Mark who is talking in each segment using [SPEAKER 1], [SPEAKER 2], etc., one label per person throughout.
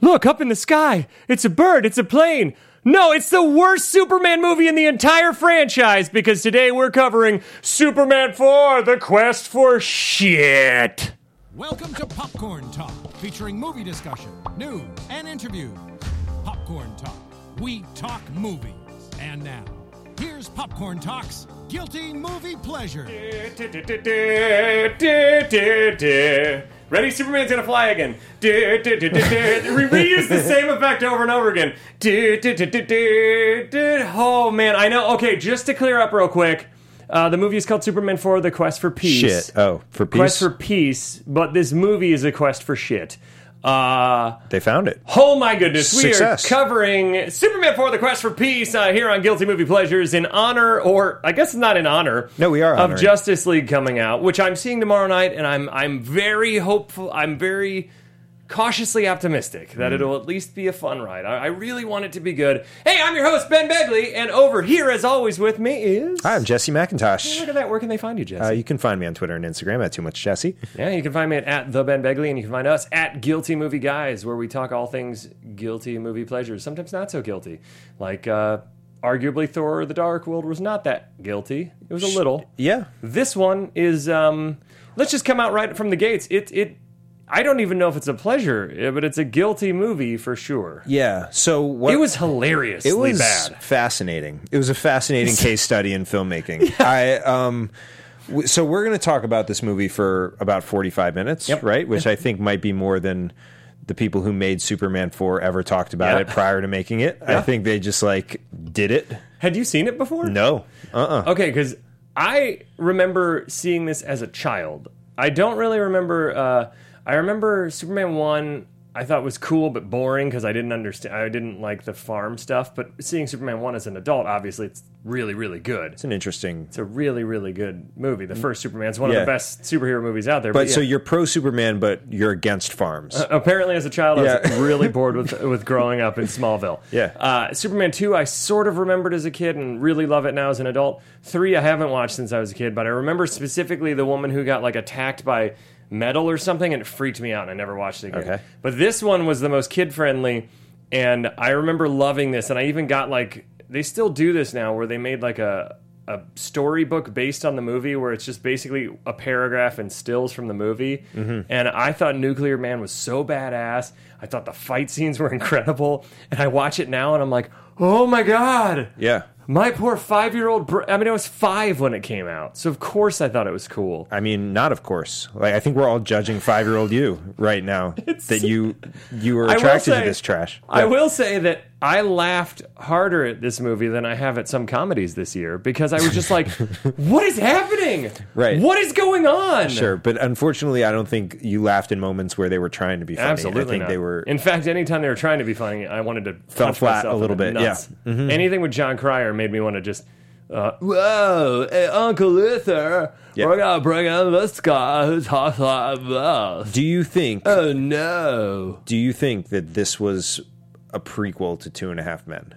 [SPEAKER 1] Look up in the sky. It's a bird. It's a plane. No, it's the worst Superman movie in the entire franchise because today we're covering Superman 4 The Quest for Shit.
[SPEAKER 2] Welcome to Popcorn Talk, featuring movie discussion, news, and interviews. Popcorn Talk, we talk movies. And now, here's Popcorn Talk's Guilty Movie Pleasure.
[SPEAKER 1] Ready? Superman's gonna fly again. We reuse the same effect over and over again. Oh man, I know. Okay, just to clear up real quick, uh, the movie is called Superman 4 The Quest for Peace.
[SPEAKER 3] Shit. Oh, for peace.
[SPEAKER 1] Quest for Peace, but this movie is a quest for shit. Uh,
[SPEAKER 3] they found it.
[SPEAKER 1] Oh my goodness, we
[SPEAKER 3] Success.
[SPEAKER 1] are covering Superman 4 The Quest for Peace uh, here on Guilty Movie Pleasures in honor, or I guess not in honor.
[SPEAKER 3] No, we are
[SPEAKER 1] Of
[SPEAKER 3] honoring.
[SPEAKER 1] Justice League coming out, which I'm seeing tomorrow night, and I'm, I'm very hopeful, I'm very cautiously optimistic that
[SPEAKER 3] Mm.
[SPEAKER 1] it'll at least be a fun ride. I, I really want it to be good. Hey, I'm your host, Ben Begley, and over here, as always, with me is.
[SPEAKER 3] Hi, I'm Jesse
[SPEAKER 1] Look
[SPEAKER 3] McIntosh.
[SPEAKER 1] at that. Where can they find you, Jesse?
[SPEAKER 3] Uh, you can find me on Twitter and Instagram at Too Much Jesse.
[SPEAKER 1] Yeah, you can find me at, at the Ben Begley, and you can find us at Guilty Movie Guys, where we talk all things guilty movie pleasures, sometimes not so guilty. Like, uh, arguably, Thor: The Dark World was not that guilty; it was a little.
[SPEAKER 3] Yeah,
[SPEAKER 1] This one is. Um, let's just come out right from the gates. It it. I don't even know if it's a pleasure, eh, but it's a guilty movie for sure.
[SPEAKER 3] yeah. So what
[SPEAKER 1] It was hilariously
[SPEAKER 3] it was
[SPEAKER 1] bad.
[SPEAKER 3] fascinating. It was a fascinating case study in filmmaking. I um. w- So we're going to talk about this movie for about 45 minutes, right? Which I think might be more than the people who made Superman 4 ever talked about
[SPEAKER 1] Yeah.
[SPEAKER 3] it prior to making it. I think they just like did it.
[SPEAKER 1] Had you seen it before?
[SPEAKER 3] No. Uh-uh.
[SPEAKER 1] Okay, because I remember seeing this as a child. I don't really remember. Uh, I remember Superman one. I thought was cool but boring because I didn't understand. I didn't like the farm stuff. But seeing Superman one as an adult, obviously, it's really, really good.
[SPEAKER 3] It's an interesting
[SPEAKER 1] It's a really, really good movie. The first Superman's one
[SPEAKER 3] Mm. Yeah.
[SPEAKER 1] of the best superhero movies out there.
[SPEAKER 3] But so
[SPEAKER 1] yeah.
[SPEAKER 3] you're pro Superman, but you're against farms.
[SPEAKER 1] apparently as a child I was
[SPEAKER 3] Yeah.
[SPEAKER 1] really bored with with growing up in Smallville.
[SPEAKER 3] Yeah.
[SPEAKER 1] Uh, Superman two I sort of remembered as a kid and really love it now as an adult. Three I haven't watched since I was a kid, but I remember specifically the woman who got like attacked by metal or something and it freaked me out and I never watched it again.
[SPEAKER 3] Okay.
[SPEAKER 1] But this one was the most kid friendly and I remember loving this and I even got like they still do this now where they made like a a storybook based on the movie where it's just basically a paragraph and stills from the movie. And I thought Nuclear Man was so badass. I thought the fight scenes were incredible. And I watch it now and I'm like, oh my God.
[SPEAKER 3] yeah.
[SPEAKER 1] My poor five year old. Br- I mean, I was five when it came out. So of course I thought it was cool.
[SPEAKER 3] I mean, not of course. Like I think we're all judging five year old you right now that you you were
[SPEAKER 1] I will
[SPEAKER 3] attracted
[SPEAKER 1] say-
[SPEAKER 3] to this trash.
[SPEAKER 1] I
[SPEAKER 3] Yeah.
[SPEAKER 1] will say that I laughed harder at this movie than I have at some comedies this year because I was just like, what is happening?
[SPEAKER 3] Right.
[SPEAKER 1] What is going on?
[SPEAKER 3] Sure, but unfortunately, I don't think you laughed in moments where they were trying to be funny.
[SPEAKER 1] Absolutely.
[SPEAKER 3] I think
[SPEAKER 1] not.
[SPEAKER 3] they were.
[SPEAKER 1] In fact, anytime they were trying to be funny, I wanted to
[SPEAKER 3] Fell
[SPEAKER 1] punch
[SPEAKER 3] flat
[SPEAKER 1] myself
[SPEAKER 3] a little
[SPEAKER 1] in the
[SPEAKER 3] bit, yeah. Mm-hmm.
[SPEAKER 1] nuts. Anything with John Cryer made me want to just. Uh, Whoa, hey, Uncle Luther,
[SPEAKER 3] Yeah.
[SPEAKER 1] we're gonna bring in this guy who talks like this.
[SPEAKER 3] do you think?
[SPEAKER 1] Oh no!
[SPEAKER 3] do you think that this was a prequel to Two and a Half Men?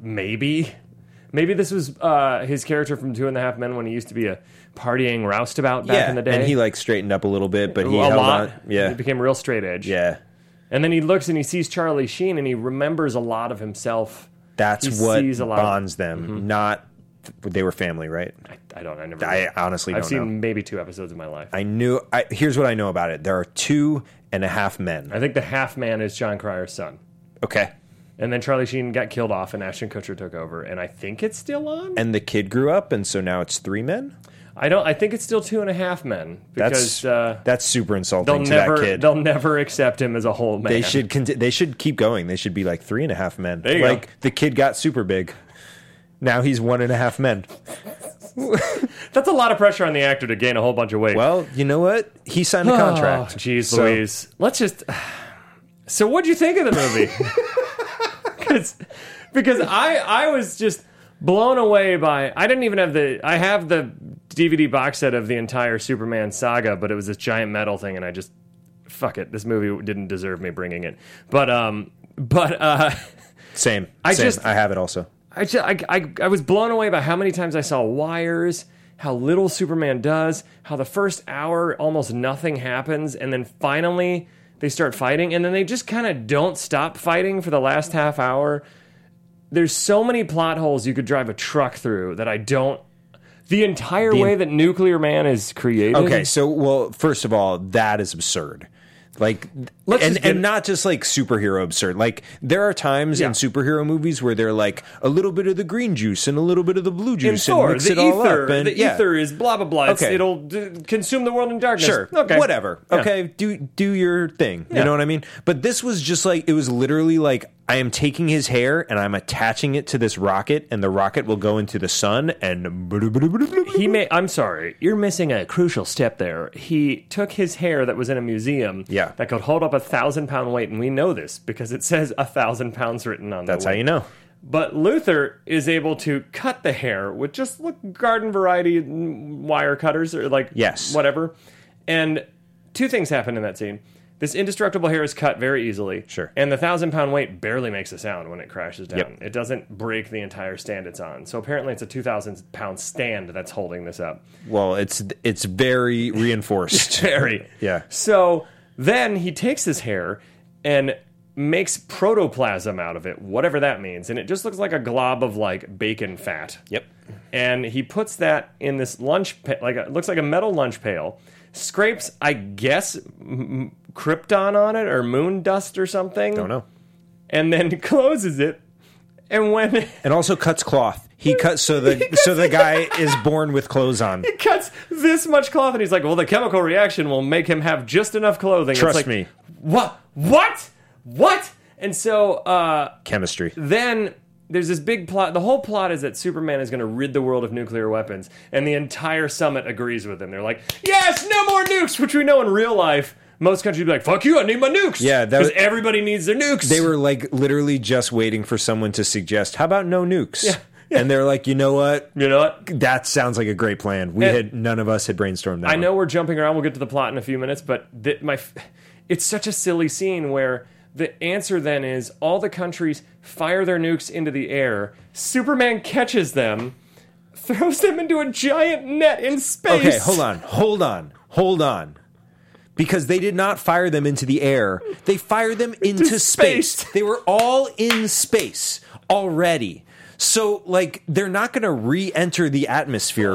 [SPEAKER 1] Maybe, maybe this was uh, his character from Two and a Half Men when he used to be a partying roustabout back in the day.
[SPEAKER 3] and he like straightened up a little bit, but
[SPEAKER 1] a
[SPEAKER 3] he held
[SPEAKER 1] lot.
[SPEAKER 3] on. Yeah,
[SPEAKER 1] he became real straight edge.
[SPEAKER 3] yeah.
[SPEAKER 1] and then he looks and he sees Charlie Sheen and he remembers a lot of himself.
[SPEAKER 3] That's
[SPEAKER 1] He
[SPEAKER 3] what
[SPEAKER 1] sees a lot Mm-hmm. of-
[SPEAKER 3] bonds them. Not they were family, right?
[SPEAKER 1] I, I don't. I never.
[SPEAKER 3] I honestly
[SPEAKER 1] I've
[SPEAKER 3] don't
[SPEAKER 1] seen
[SPEAKER 3] know.
[SPEAKER 1] maybe two episodes of my life. I,
[SPEAKER 3] I knew. I, here's what I know about it. There are two and a half men.
[SPEAKER 1] think the half man is John Cryer's son,
[SPEAKER 3] Okay.
[SPEAKER 1] and then Charlie Sheen got killed off, and Ashton Kutcher took over, and I think it's still on.
[SPEAKER 3] And the kid grew up, and so now it's three men.
[SPEAKER 1] I don't. I think it's still two and a half men
[SPEAKER 3] That's
[SPEAKER 1] because uh,
[SPEAKER 3] that's super
[SPEAKER 1] they'll
[SPEAKER 3] insulting to
[SPEAKER 1] never
[SPEAKER 3] that kid.
[SPEAKER 1] they'll never accept him as a whole man.
[SPEAKER 3] They should conti- they should keep going. They should be like three and a half men.
[SPEAKER 1] There you
[SPEAKER 3] like
[SPEAKER 1] go.
[SPEAKER 3] the kid got super big. Now he's one and a half men.
[SPEAKER 1] That's a lot of pressure on the actor to gain a whole bunch of weight.
[SPEAKER 3] Well, you know what? He signed a contract.
[SPEAKER 1] Oh, Jeez
[SPEAKER 3] So-
[SPEAKER 1] Louise. Let's just. So, what'd you think of the movie? 'Cause- because I I was just blown away by. I didn't even have the. I have the DVD box set of the entire Superman saga, but it was this giant metal thing, and I just fuck it. This movie didn't deserve me bringing it. But um, but uh.
[SPEAKER 3] Same.
[SPEAKER 1] I
[SPEAKER 3] I
[SPEAKER 1] just-
[SPEAKER 3] just I have it also.
[SPEAKER 1] I, ju- I, I, I was blown away by how many times I saw wires, how little Superman does, how the first hour almost nothing happens, and then finally They start fighting, and then they just kind of don't stop fighting for the last half hour. There's so many plot holes you could drive a truck through that I don't. The entire way that Nuclear Man is created.
[SPEAKER 3] Okay, so well, first of all, that is absurd. Like,
[SPEAKER 1] Let's
[SPEAKER 3] and,
[SPEAKER 1] just get-
[SPEAKER 3] and not just like superhero absurd. Like, there are times
[SPEAKER 1] Yeah.
[SPEAKER 3] in superhero movies where they're like a little bit of the green juice and a little bit of the blue
[SPEAKER 1] In
[SPEAKER 3] juice and,
[SPEAKER 1] Thor,
[SPEAKER 3] mix
[SPEAKER 1] the
[SPEAKER 3] it all
[SPEAKER 1] ether,
[SPEAKER 3] up. And,
[SPEAKER 1] the
[SPEAKER 3] yeah.
[SPEAKER 1] ether is blah blah blah. It's,
[SPEAKER 3] Okay.
[SPEAKER 1] It'll d- consume the world in darkness.
[SPEAKER 3] Sure.
[SPEAKER 1] Okay.
[SPEAKER 3] Whatever.
[SPEAKER 1] Yeah.
[SPEAKER 3] Okay. Do do your thing.
[SPEAKER 1] Yeah.
[SPEAKER 3] You know what I mean? But this was just like it was literally like I am taking his hair and I'm attaching it to this rocket and the rocket will go into the sun and
[SPEAKER 1] He may. I'm sorry. You're missing a crucial step there. He took his hair that was in a museum.
[SPEAKER 3] Yeah.
[SPEAKER 1] That could hold up a thousand pound weight, and we know this because it says a thousand pounds written on.
[SPEAKER 3] That's
[SPEAKER 1] the
[SPEAKER 3] how
[SPEAKER 1] weight.
[SPEAKER 3] you know.
[SPEAKER 1] But Luther is able to cut the hair with just look garden variety wire cutters or like
[SPEAKER 3] Yes.
[SPEAKER 1] whatever. And two things happen in that scene. This indestructible hair is cut very easily.
[SPEAKER 3] Sure.
[SPEAKER 1] And the thousand pound weight barely makes a sound when it crashes down.
[SPEAKER 3] Yep.
[SPEAKER 1] It doesn't break the entire stand it's on. So apparently it's a two thousand pound stand that's holding this up.
[SPEAKER 3] Well, it's it's very reinforced.
[SPEAKER 1] Very.
[SPEAKER 3] Yeah.
[SPEAKER 1] So then he takes his hair and makes protoplasm out of it, whatever that means, and it just looks like a glob of like bacon fat.
[SPEAKER 3] Yep.
[SPEAKER 1] And he puts that in this lunch pa- like a, it looks like a metal lunch pail. Scrapes, I guess, m- krypton on it or moon dust or something.
[SPEAKER 3] Don't know.
[SPEAKER 1] And then closes it. And when
[SPEAKER 3] And also cuts cloth. He cuts so the so the guy is born with clothes on.
[SPEAKER 1] he cuts this much cloth, and he's like, "Well, the chemical reaction will make him have just enough clothing."
[SPEAKER 3] Trust
[SPEAKER 1] it's like,
[SPEAKER 3] me.
[SPEAKER 1] What? What? What? And so uh,
[SPEAKER 3] Chemistry.
[SPEAKER 1] then there's this big plot. The whole plot is that Superman is going to rid the world of nuclear weapons, and the entire summit agrees with him. They're like, "Yes, no more nukes," which we know in real life. Most countries would be like, "Fuck you! I need my nukes."
[SPEAKER 3] Yeah, that
[SPEAKER 1] because
[SPEAKER 3] was-
[SPEAKER 1] everybody needs their nukes.
[SPEAKER 3] They were like literally just waiting for someone to suggest, "How about no nukes?" And they're like, "You know what?
[SPEAKER 1] you know what?
[SPEAKER 3] That sounds like a great plan. We
[SPEAKER 1] And-
[SPEAKER 3] had none of us had brainstormed that.
[SPEAKER 1] I know we're jumping around. We'll get to the plot in a few minutes, but th- my, f- it's such a silly scene where the answer then is all the countries fire their nukes into the air. Superman catches them, throws them into a giant net in space.
[SPEAKER 3] Okay, hold on, hold on, hold on. Because they did not fire them into the air, they fired them into
[SPEAKER 1] space.
[SPEAKER 3] space. They were all in space already. So, like, they're not going to re enter the atmosphere,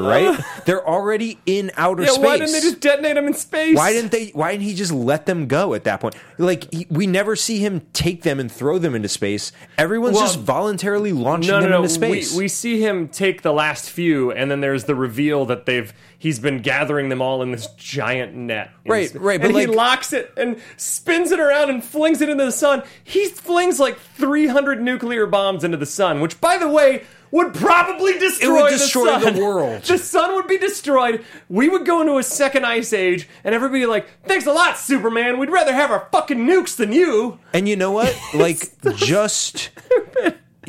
[SPEAKER 3] right? They're already in outer
[SPEAKER 1] Yeah,
[SPEAKER 3] space.
[SPEAKER 1] why didn't they just detonate them in space?
[SPEAKER 3] Why didn't they? Why didn't he just let them go at that point? Like he, we never see him take them and throw them into space. Everyone's
[SPEAKER 1] Well,
[SPEAKER 3] just voluntarily launching
[SPEAKER 1] No, no,
[SPEAKER 3] them
[SPEAKER 1] no.
[SPEAKER 3] into space.
[SPEAKER 1] We, we see him take the last few, and then there's the reveal that they've he's been gathering them all in this giant net. in
[SPEAKER 3] Right,
[SPEAKER 1] sp-
[SPEAKER 3] right, but
[SPEAKER 1] And he
[SPEAKER 3] like-
[SPEAKER 1] locks it and spins it around and flings it into the sun. He flings like 300 nuclear bombs into the sun, which, by the way, would probably destroy,
[SPEAKER 3] destroy
[SPEAKER 1] the, sun.
[SPEAKER 3] the world.
[SPEAKER 1] The sun would be destroyed. We would go into a second ice age, and everybody like, "Thanks a lot, Superman. We'd rather have our fucking nukes than you."
[SPEAKER 3] and you know what? Like just,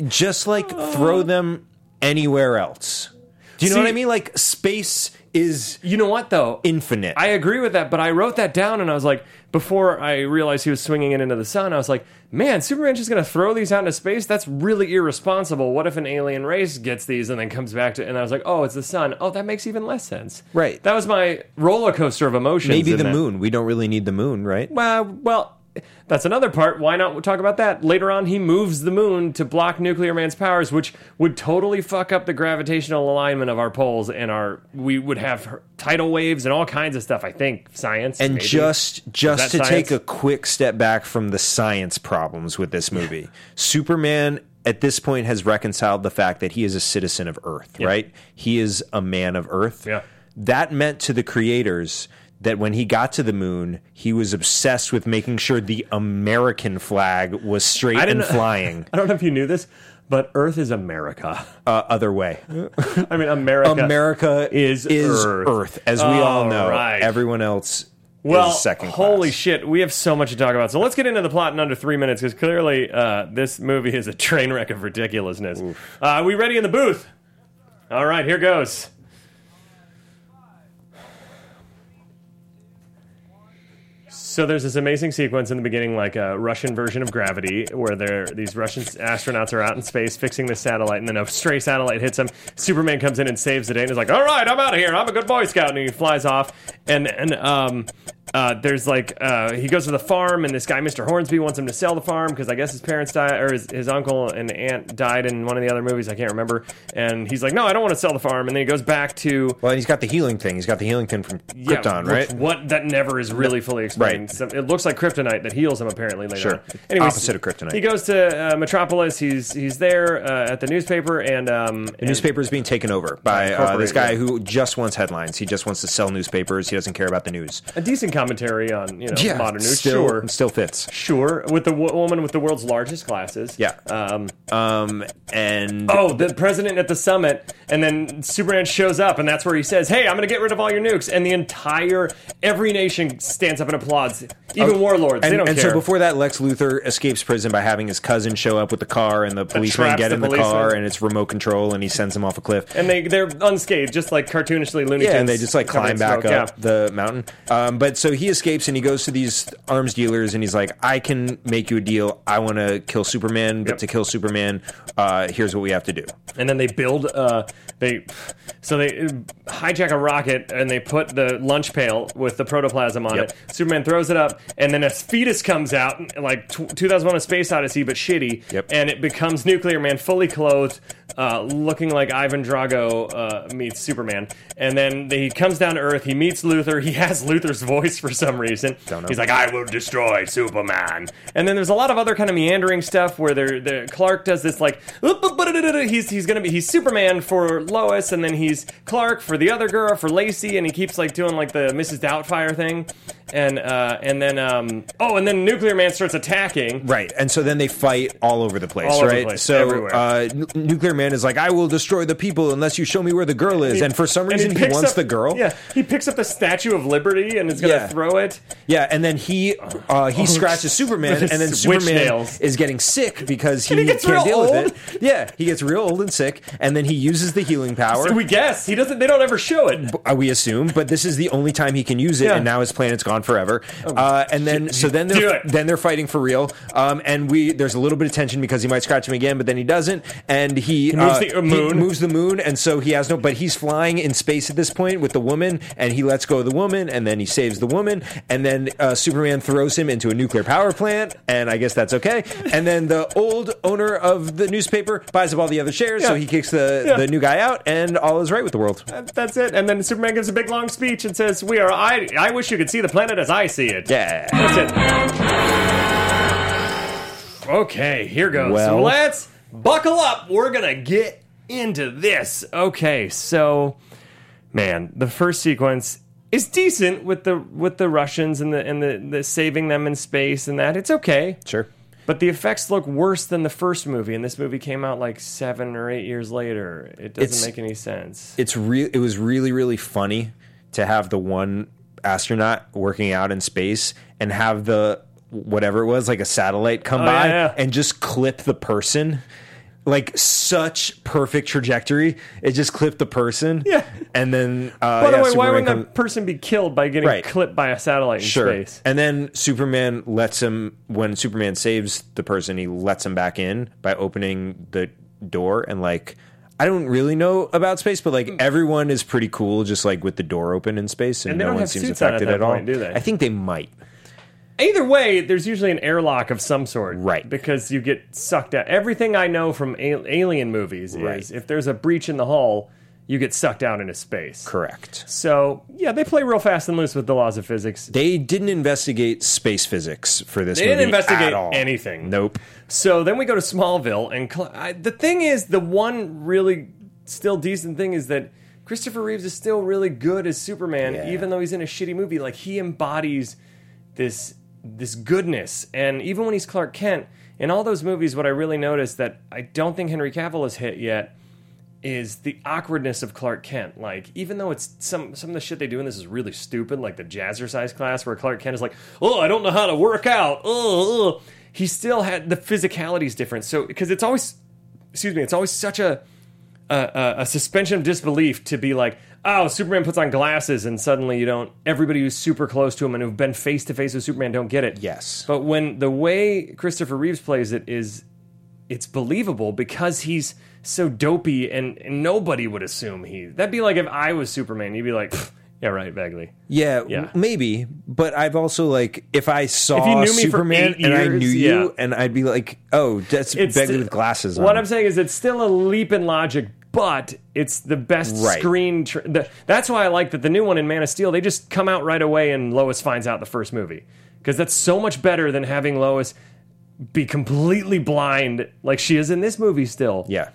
[SPEAKER 3] just like throw them anywhere else. Do you know
[SPEAKER 1] See-
[SPEAKER 3] what I mean? Like space is
[SPEAKER 1] You know what though?
[SPEAKER 3] infinite.
[SPEAKER 1] I agree with that, but I wrote that down and I was like, before I realized he was swinging it into the sun, I was like, man, Superman's just gonna throw these out into space? That's really irresponsible. What if an alien race gets these and then comes back to and I was like, oh, it's the sun. Oh, that makes even less sense.
[SPEAKER 3] Right.
[SPEAKER 1] That was my roller coaster of emotions.
[SPEAKER 3] Maybe
[SPEAKER 1] in
[SPEAKER 3] the
[SPEAKER 1] that.
[SPEAKER 3] moon. We don't really need the moon, right?
[SPEAKER 1] Well, Uh, well, that's another part. Why not talk about that later on? He moves the moon to block Nuclear Man's powers, which would totally fuck up the gravitational alignment of our poles, and our we would have tidal waves and all kinds of stuff. I think science
[SPEAKER 3] and
[SPEAKER 1] maybe.
[SPEAKER 3] just just to
[SPEAKER 1] that
[SPEAKER 3] take a
[SPEAKER 1] science?
[SPEAKER 3] quick step back from the science problems with this movie superman at this point has reconciled the fact that he is a citizen of earth right he is a man of earth
[SPEAKER 1] Yeah.
[SPEAKER 3] that meant to the creators that when he got to the moon he was obsessed with making sure the american flag was straight
[SPEAKER 1] I didn't-
[SPEAKER 3] and flying
[SPEAKER 1] I don't know if you knew this, but Earth is America.
[SPEAKER 3] uh, other way
[SPEAKER 1] I mean, America.
[SPEAKER 3] america
[SPEAKER 1] Is Earth.
[SPEAKER 3] earth. as we all
[SPEAKER 1] All
[SPEAKER 3] know
[SPEAKER 1] right.
[SPEAKER 3] everyone else
[SPEAKER 1] well,
[SPEAKER 3] is second
[SPEAKER 1] holy
[SPEAKER 3] class.
[SPEAKER 1] shit, we have so much to talk about. So let's get into the plot in under three minutes because clearly uh, this movie is a train wreck of ridiculousness. Uh, are we ready in the booth? All right, here goes. So there's this amazing sequence in the beginning, like a Russian version of Gravity, where there these Russian astronauts are out in space fixing this satellite, and then a stray satellite hits them. Superman comes in and saves the day, and is like, "All right, I'm out of here. I'm a good Boy Scout," and he flies off. And and um, uh, there's like uh, he goes to the farm, and this guy, Mr. Hornsby, wants him to sell the farm because I guess his parents died or his, his uncle and aunt died in one of the other movies. I can't remember. And he's like, "No, I don't want to sell the farm." And then he goes back to
[SPEAKER 3] Well, and he's got the healing thing. He's got the healing thing from
[SPEAKER 1] yeah,
[SPEAKER 3] Krypton,
[SPEAKER 1] which-
[SPEAKER 3] right?
[SPEAKER 1] What that never is really fully explained.
[SPEAKER 3] Right.
[SPEAKER 1] So it looks like kryptonite that heals him apparently later.
[SPEAKER 3] Sure.
[SPEAKER 1] on. Anyways,
[SPEAKER 3] Opposite of kryptonite.
[SPEAKER 1] He goes to uh, Metropolis. He's he's there uh, at the newspaper and um,
[SPEAKER 3] The newspaper is being taken over by uh,
[SPEAKER 1] corporate,
[SPEAKER 3] this guy
[SPEAKER 1] yeah.
[SPEAKER 3] who just wants headlines. He just wants to sell newspapers. He doesn't care about the news.
[SPEAKER 1] a decent commentary on you know modern news.
[SPEAKER 3] still,
[SPEAKER 1] sure,
[SPEAKER 3] still fits.
[SPEAKER 1] sure. With the w- woman with the world's largest glasses.
[SPEAKER 3] Yeah.
[SPEAKER 1] Um,
[SPEAKER 3] Um, and
[SPEAKER 1] oh, the president at the summit, and then Superman shows up, and that's where he says, "Hey, I'm going to get rid of all your nukes," and the entire every nation stands up and applauds, even Oh, warlords.
[SPEAKER 3] Oh, And,
[SPEAKER 1] they don't
[SPEAKER 3] and
[SPEAKER 1] care.
[SPEAKER 3] so before that, Lex Luthor escapes prison by having his cousin show up with the car, and the policeman
[SPEAKER 1] traps
[SPEAKER 3] get
[SPEAKER 1] the
[SPEAKER 3] in the car,
[SPEAKER 1] policeman.
[SPEAKER 3] and it's remote control, and he sends him off a cliff.
[SPEAKER 1] and they they're unscathed, just like cartoonishly Looney Tunes.
[SPEAKER 3] Yeah, and they just like
[SPEAKER 1] covered
[SPEAKER 3] climb
[SPEAKER 1] in
[SPEAKER 3] back
[SPEAKER 1] smoke,
[SPEAKER 3] up
[SPEAKER 1] yeah.
[SPEAKER 3] the mountain. Um, but so he escapes and he goes to these arms dealers and he's like, "I can make you a deal. I want to kill Superman, but
[SPEAKER 1] Yep.
[SPEAKER 3] to kill Superman, uh, here's what we have to do."
[SPEAKER 1] and then they build uh they so they hijack a rocket and they put the lunch pail with the protoplasm on
[SPEAKER 3] Yep.
[SPEAKER 1] it superman throws it up and then a fetus comes out like tw 2001 a space odyssey but shitty
[SPEAKER 3] Yep.
[SPEAKER 1] and it becomes nuclear man fully clothed uh, looking like Ivan Drago uh, meets Superman, and then he comes down to Earth. He meets Luthor. He has Luthor's voice for some reason.
[SPEAKER 3] Don't know.
[SPEAKER 1] He's like, "I will destroy Superman." And then there's a lot of other kind of meandering stuff where there, the Clark does this like, he's he's gonna be he's Superman for Lois, and then he's Clark for the other girl for Lacey, and he keeps like doing like the Mrs. Doubtfire thing, and uh, and then um, oh, and then Nuclear Man starts attacking.
[SPEAKER 3] Right, and so then they fight all over the place,
[SPEAKER 1] All over the
[SPEAKER 3] right?
[SPEAKER 1] place,
[SPEAKER 3] so
[SPEAKER 1] everywhere.
[SPEAKER 3] Uh, N- Nuclear Man is like, "I will destroy the people unless you show me where the girl is," and for some
[SPEAKER 1] he
[SPEAKER 3] reason he,
[SPEAKER 1] picks
[SPEAKER 3] wants
[SPEAKER 1] up-
[SPEAKER 3] the girl.
[SPEAKER 1] Yeah, he picks up the Statue of Liberty and is gonna
[SPEAKER 3] Yeah.
[SPEAKER 1] throw it.
[SPEAKER 3] Yeah, and then he uh,
[SPEAKER 1] Oh,
[SPEAKER 3] he scratches Superman, and then
[SPEAKER 1] Switch
[SPEAKER 3] Superman
[SPEAKER 1] nails.
[SPEAKER 3] is getting sick because he,
[SPEAKER 1] And he gets real
[SPEAKER 3] can't deal
[SPEAKER 1] old.
[SPEAKER 3] with it. Yeah, he gets real old and sick, and then he uses the healing power.
[SPEAKER 1] So we guess he doesn't. They don't ever show it.
[SPEAKER 3] uh, we assume, but this is the only time he can use it,
[SPEAKER 1] Yeah. Oh.
[SPEAKER 3] and now his planet's gone forever. Uh, and then, so then
[SPEAKER 1] Do
[SPEAKER 3] they're
[SPEAKER 1] it.
[SPEAKER 3] then they're fighting for real. Um, and we there's a little bit of tension because he might scratch him again, but then he doesn't, and he,
[SPEAKER 1] moves
[SPEAKER 3] uh,
[SPEAKER 1] the, uh, moon.
[SPEAKER 3] moves the moon, and so he has no. But he's flying in space at this point with the woman, and he lets go of the woman, and then he saves the woman, and then uh, Superman throws him into a nuclear power plant, and I guess that's okay. And then the old owner of the newspaper buys up all the other shares, so
[SPEAKER 1] Yeah.
[SPEAKER 3] he kicks the
[SPEAKER 1] Yeah.
[SPEAKER 3] the new guy out, and all is right with the world.
[SPEAKER 1] That's it. And then Superman gives a big long speech and says, "We are. I. I wish you could see the planet as I see it."
[SPEAKER 3] Yeah.
[SPEAKER 1] That's it. Okay, here goes.
[SPEAKER 3] Well-
[SPEAKER 1] Let's buckle up. We're gonna get into this. Okay, so man, the first sequence is decent with the with the Russians and the and the, the saving them in space and that. It's okay.
[SPEAKER 3] Sure.
[SPEAKER 1] But the effects look worse than the first movie, and this movie came out like seven or eight years later. It doesn't
[SPEAKER 3] It's-
[SPEAKER 1] make any sense.
[SPEAKER 3] It's real. It was really really funny to have the one astronaut working out in space and have the whatever it was like a satellite come by
[SPEAKER 1] Oh, yeah, yeah.
[SPEAKER 3] and just clip the person. Like such perfect trajectory, it just clipped the person.
[SPEAKER 1] Yeah.
[SPEAKER 3] and then uh,
[SPEAKER 1] By the way,
[SPEAKER 3] yeah,
[SPEAKER 1] why
[SPEAKER 3] Superman
[SPEAKER 1] wouldn't
[SPEAKER 3] come-
[SPEAKER 1] that person be killed by getting
[SPEAKER 3] Right.
[SPEAKER 1] clipped by a satellite in
[SPEAKER 3] Sure.
[SPEAKER 1] space?
[SPEAKER 3] And then Superman lets him when Superman saves the person, he lets him back in by opening the door and like I don't really know about space, but
[SPEAKER 1] Hmm.
[SPEAKER 3] like everyone is pretty cool just like with the door open in space and,
[SPEAKER 1] And they
[SPEAKER 3] no
[SPEAKER 1] don't
[SPEAKER 3] one
[SPEAKER 1] have
[SPEAKER 3] seems
[SPEAKER 1] suits on at
[SPEAKER 3] affected
[SPEAKER 1] that
[SPEAKER 3] at, all.
[SPEAKER 1] point, do they?
[SPEAKER 3] I think they might.
[SPEAKER 1] Either way, there's usually an airlock of some sort,
[SPEAKER 3] Right.
[SPEAKER 1] Because you get sucked out. Everything I know from a- alien movies
[SPEAKER 3] Right.
[SPEAKER 1] is if there's a breach in the hull, you get sucked out into space.
[SPEAKER 3] Correct.
[SPEAKER 1] So yeah, they play real fast and loose with the laws of physics.
[SPEAKER 3] They didn't investigate space physics for this
[SPEAKER 1] They didn't
[SPEAKER 3] movie
[SPEAKER 1] investigate
[SPEAKER 3] at all.
[SPEAKER 1] anything.
[SPEAKER 3] Nope.
[SPEAKER 1] So then we go to Smallville, and Cl- I, the thing is, the one really still decent thing is that Christopher Reeves is still really good as Superman,
[SPEAKER 3] Yeah.
[SPEAKER 1] even though he's in a shitty movie. Like he embodies this this goodness, and even when he's Clark Kent in all those movies, what I really noticed that I don't think Henry Cavill has hit yet is the awkwardness of Clark Kent. Like, even though it's some some of the shit they do in this is really stupid, like the jazzercise class where Clark Kent is like, "Oh, I don't know how to work out." Oh, oh." he still had the physicality's different. So, because it's always, excuse me, it's always such a a, a a suspension of disbelief to be like, "Oh, Superman puts on glasses," and suddenly you don't. Everybody who's super close to him and who've been face to face with Superman don't get it.
[SPEAKER 3] Yes.
[SPEAKER 1] But when the way Christopher Reeves plays it is it's believable because he's so dopey and, and nobody would assume he that'd be like if I was Superman, you'd be like "Pfft, Yeah, right. Vaguely.
[SPEAKER 3] Yeah,
[SPEAKER 1] Yeah.
[SPEAKER 3] w- maybe. But I've also like if I saw
[SPEAKER 1] If you knew me for
[SPEAKER 3] Superman
[SPEAKER 1] eight
[SPEAKER 3] and I
[SPEAKER 1] years,
[SPEAKER 3] knew
[SPEAKER 1] yeah.
[SPEAKER 3] you, and I'd be like, oh, that's
[SPEAKER 1] It's
[SPEAKER 3] Begley
[SPEAKER 1] sti-
[SPEAKER 3] with glasses.
[SPEAKER 1] What
[SPEAKER 3] on.
[SPEAKER 1] I'm saying is, it's still a leap in logic, but it's the best
[SPEAKER 3] Right.
[SPEAKER 1] screen. Tr- the, that's why I like that the new one in Man of Steel. They just come out right away, and Lois finds out the first movie because that's so much better than having Lois be completely blind like she is in this movie still.
[SPEAKER 3] yeah.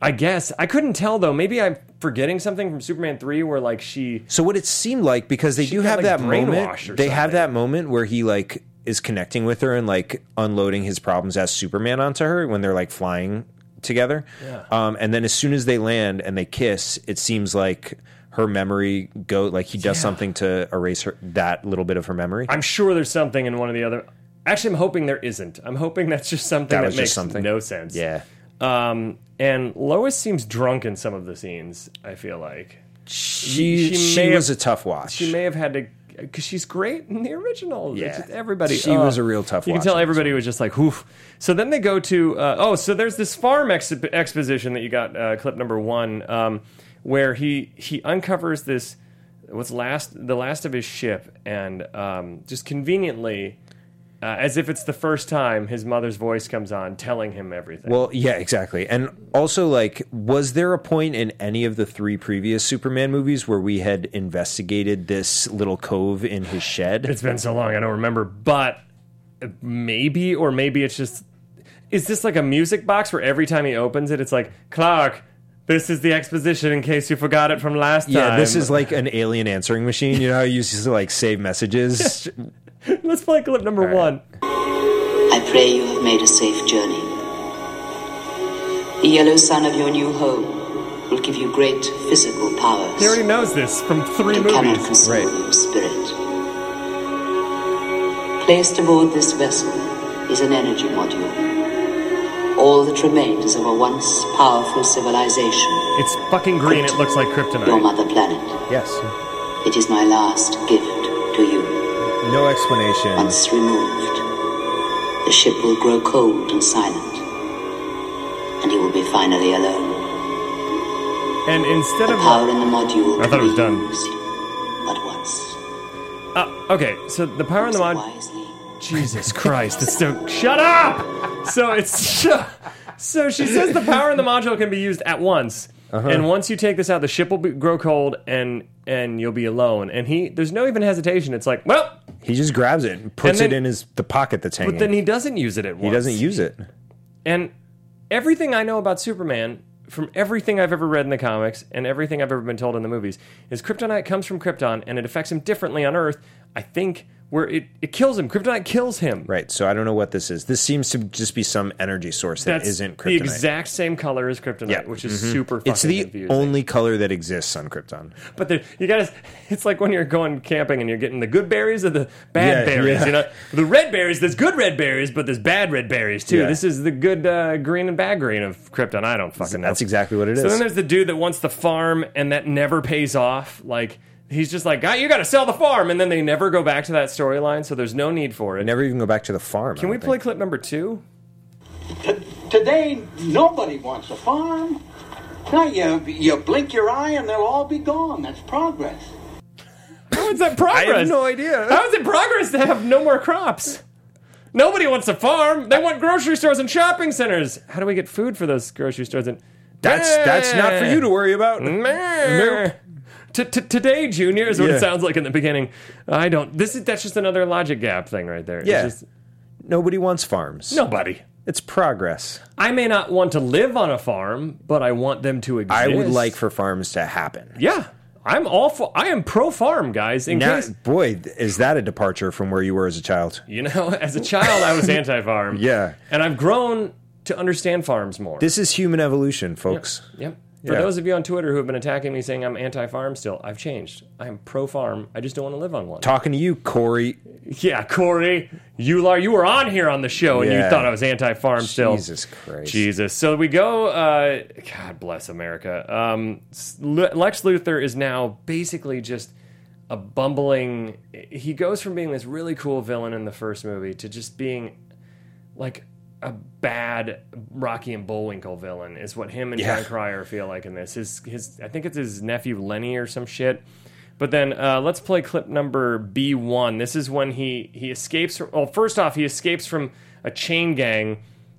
[SPEAKER 1] I guess I couldn't tell though. Maybe I'm forgetting something from Superman three where like she.
[SPEAKER 3] So what it seemed like because they do
[SPEAKER 1] got,
[SPEAKER 3] have
[SPEAKER 1] like,
[SPEAKER 3] that
[SPEAKER 1] brainwashed or
[SPEAKER 3] moment, they
[SPEAKER 1] something.
[SPEAKER 3] have that moment where he like is connecting with her and like unloading his problems as Superman onto her when they're like flying together. Um, and then as soon as they land and they kiss, it seems like her memory go like he does something to erase her that little bit of her memory.
[SPEAKER 1] I'm sure there's something in one of the other. Actually, I'm hoping there isn't. I'm hoping that's just something
[SPEAKER 3] That
[SPEAKER 1] that,
[SPEAKER 3] was just
[SPEAKER 1] makes
[SPEAKER 3] something.
[SPEAKER 1] no sense.
[SPEAKER 3] yeah.
[SPEAKER 1] Um, and Lois seems drunk in some of the scenes. I feel like
[SPEAKER 3] She,
[SPEAKER 1] she
[SPEAKER 3] she,
[SPEAKER 1] may
[SPEAKER 3] was
[SPEAKER 1] have-
[SPEAKER 3] a tough watch.
[SPEAKER 1] she may have had to because she's great in the original. It's
[SPEAKER 3] Yeah.
[SPEAKER 1] just everybody.
[SPEAKER 3] She was a real tough
[SPEAKER 1] You can
[SPEAKER 3] watch
[SPEAKER 1] tell
[SPEAKER 3] in this
[SPEAKER 1] everybody was just like, "Oof." So then they go to uh, oh, so there's this farm exhi- exposition that you got uh, clip number one, um, where he he uncovers this what's last the last of his ship, and um, just conveniently. Uh, as if it's the first time his mother's voice comes on telling him everything.
[SPEAKER 3] Well, yeah, exactly. And also, like, was there a point in any of the three previous Superman movies where we had investigated this little cove in his shed?
[SPEAKER 1] It's been so long, I don't remember. But maybe, or maybe it's just. Is this like a music box where every time he opens it, it's like, Clark, this is the exposition in case you forgot it from last time.
[SPEAKER 3] yeah, this is like an alien answering machine. You know how you used to like save messages?
[SPEAKER 1] Let's play clip number
[SPEAKER 3] right.
[SPEAKER 1] one.
[SPEAKER 4] I pray you have made a safe journey. The yellow sun of your new home will give you great physical powers.
[SPEAKER 1] He already knows this from three
[SPEAKER 4] but it cannot
[SPEAKER 1] movies.
[SPEAKER 4] consume
[SPEAKER 3] Right.
[SPEAKER 4] your spirit. Placed aboard this vessel is an energy module. All that remains of a once powerful civilization,
[SPEAKER 1] It's fucking green, it looks like
[SPEAKER 4] your
[SPEAKER 1] kryptonite.
[SPEAKER 4] mother planet.
[SPEAKER 3] yes.
[SPEAKER 4] It is my last gift to you.
[SPEAKER 3] No explanation.
[SPEAKER 4] Once removed, the ship will grow cold and silent, and you will be finally alone.
[SPEAKER 1] And instead
[SPEAKER 4] The
[SPEAKER 1] of.
[SPEAKER 4] power in the module
[SPEAKER 1] I thought it was done.
[SPEAKER 4] used but once.
[SPEAKER 1] Uh, okay, so the power in the mod.
[SPEAKER 4] Wisely.
[SPEAKER 1] Jesus Christ! It's so shut up. So it's so, she says the power in the module can be used at once,
[SPEAKER 3] Uh-huh.
[SPEAKER 1] and once you take this out, the ship will be, grow cold and and you'll be alone. And he there's no even hesitation. It's like well,
[SPEAKER 3] He just grabs it and puts
[SPEAKER 1] And
[SPEAKER 3] it
[SPEAKER 1] then-
[SPEAKER 3] in his the pocket that's hanging.
[SPEAKER 1] but then he doesn't use it at once.
[SPEAKER 3] he doesn't use it.
[SPEAKER 1] And everything I know about Superman, from everything I've ever read in the comics and everything I've ever been told in the movies, is kryptonite comes from Krypton and it affects him differently on Earth. I think where it, it kills him. Kryptonite kills him.
[SPEAKER 3] Right. So I don't know what this is. This seems to just be some energy source that not kryptonite.
[SPEAKER 1] the exact same color as kryptonite,
[SPEAKER 3] Yeah. Mm-hmm.
[SPEAKER 1] which is super fucking
[SPEAKER 3] it's the
[SPEAKER 1] confusing.
[SPEAKER 3] only color that exists on Krypton.
[SPEAKER 1] but the, you guys, it's like when you're going camping and you're getting the good berries or the bad
[SPEAKER 3] Yeah,
[SPEAKER 1] berries.
[SPEAKER 3] yeah.
[SPEAKER 1] You know, the red berries. There's good red berries, but there's bad red berries too.
[SPEAKER 3] Yeah.
[SPEAKER 1] This is the good uh, green and bad green of Krypton. I don't fucking know.
[SPEAKER 3] That's exactly what it is.
[SPEAKER 1] So then there's the dude that wants the farm and that never pays off. Like he's just like, "Ah, you got to sell the farm, and then they never go back to that storyline. So there's no need for it.
[SPEAKER 3] I never even go back to the farm.
[SPEAKER 1] Can we play clip number two?
[SPEAKER 5] T- Today, nobody wants a farm. Now you, you blink your eye and they'll all be gone. That's progress.
[SPEAKER 1] How is that progress?
[SPEAKER 3] I have no idea.
[SPEAKER 1] How is it progress to have no more crops? Nobody wants to farm. They want grocery stores and shopping centers. How do we get food for those grocery stores? And
[SPEAKER 3] That's that's not for you to worry about.
[SPEAKER 1] Meh. T- t- today, Junior is what
[SPEAKER 3] Yeah.
[SPEAKER 1] it sounds like in the beginning. I don't. This is that's just another logic gap thing right there. It's
[SPEAKER 3] Yeah.
[SPEAKER 1] just-
[SPEAKER 3] Nobody wants farms.
[SPEAKER 1] nobody.
[SPEAKER 3] It's progress.
[SPEAKER 1] I may not want to live on a farm, but I want them to exist.
[SPEAKER 3] I would like for farms to happen.
[SPEAKER 1] Yeah, I'm all for. I am pro farm, guys. In
[SPEAKER 3] Now,
[SPEAKER 1] case
[SPEAKER 3] boy, is that a departure from where you were as a child.
[SPEAKER 1] You know, as a child, I was anti farm.
[SPEAKER 3] Yeah.
[SPEAKER 1] And I've grown to understand farms more.
[SPEAKER 3] This is human evolution, folks.
[SPEAKER 1] yep. For
[SPEAKER 3] Yeah.
[SPEAKER 1] those of you on Twitter who have been attacking me saying I'm anti farm still, I've changed. I'm pro farm. I just don't want to live on one.
[SPEAKER 3] Talking to you, Corey.
[SPEAKER 1] yeah, Corey, you are you were on here on the show and you
[SPEAKER 3] Yeah.
[SPEAKER 1] thought I was anti farm still.
[SPEAKER 3] Jesus Christ.
[SPEAKER 1] Jesus. So we go. Uh, God bless America. Um, S- Le- Lex Luthor is now basically just a bumbling. He goes from being this really cool villain in the first movie to just being like a bad Rocky and Bullwinkle villain. Is what him and
[SPEAKER 3] Yeah.
[SPEAKER 1] John Cryer feel like in this. His his. I think it's his nephew Lenny or some shit. But then uh, let's play clip number B1. This is when he he escapes. From, well, first off, he escapes from a chain gang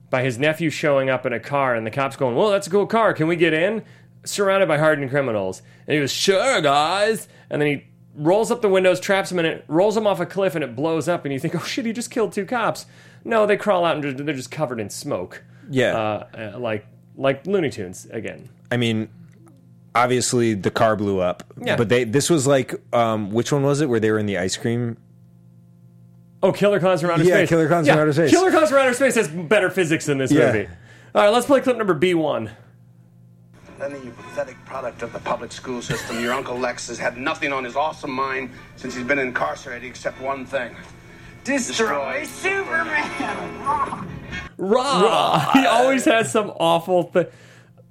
[SPEAKER 1] by his nephew showing up in a car, and the cops going, "Well, that's a cool car. Can we get in?" Surrounded by hardened criminals, and he goes, "Sure, guys." And then he rolls up the windows, traps him, and it rolls him off a cliff, and it blows up. And you think, "Oh shit, he just killed two cops." No, they crawl out and just, they're just covered in smoke.
[SPEAKER 3] Yeah.
[SPEAKER 1] uh, uh, like like Looney Tunes again.
[SPEAKER 3] I mean, obviously the car blew up.
[SPEAKER 1] Yeah.
[SPEAKER 3] But they this was like um, which one was it where they were in the ice cream?
[SPEAKER 1] Oh, Killer Clowns from Outer
[SPEAKER 3] Yeah,
[SPEAKER 1] Space.
[SPEAKER 3] Killer Clowns from Outer Space.
[SPEAKER 1] Killer Clowns from Outer Space has better physics than this
[SPEAKER 3] Yeah.
[SPEAKER 1] movie. All right, let's play clip number B1.
[SPEAKER 6] Lenny, you pathetic product of the public school system. Your Uncle Lex has had nothing on his awesome mind since he's been incarcerated except one thing. Destroy
[SPEAKER 1] Raw. He always has some awful thing.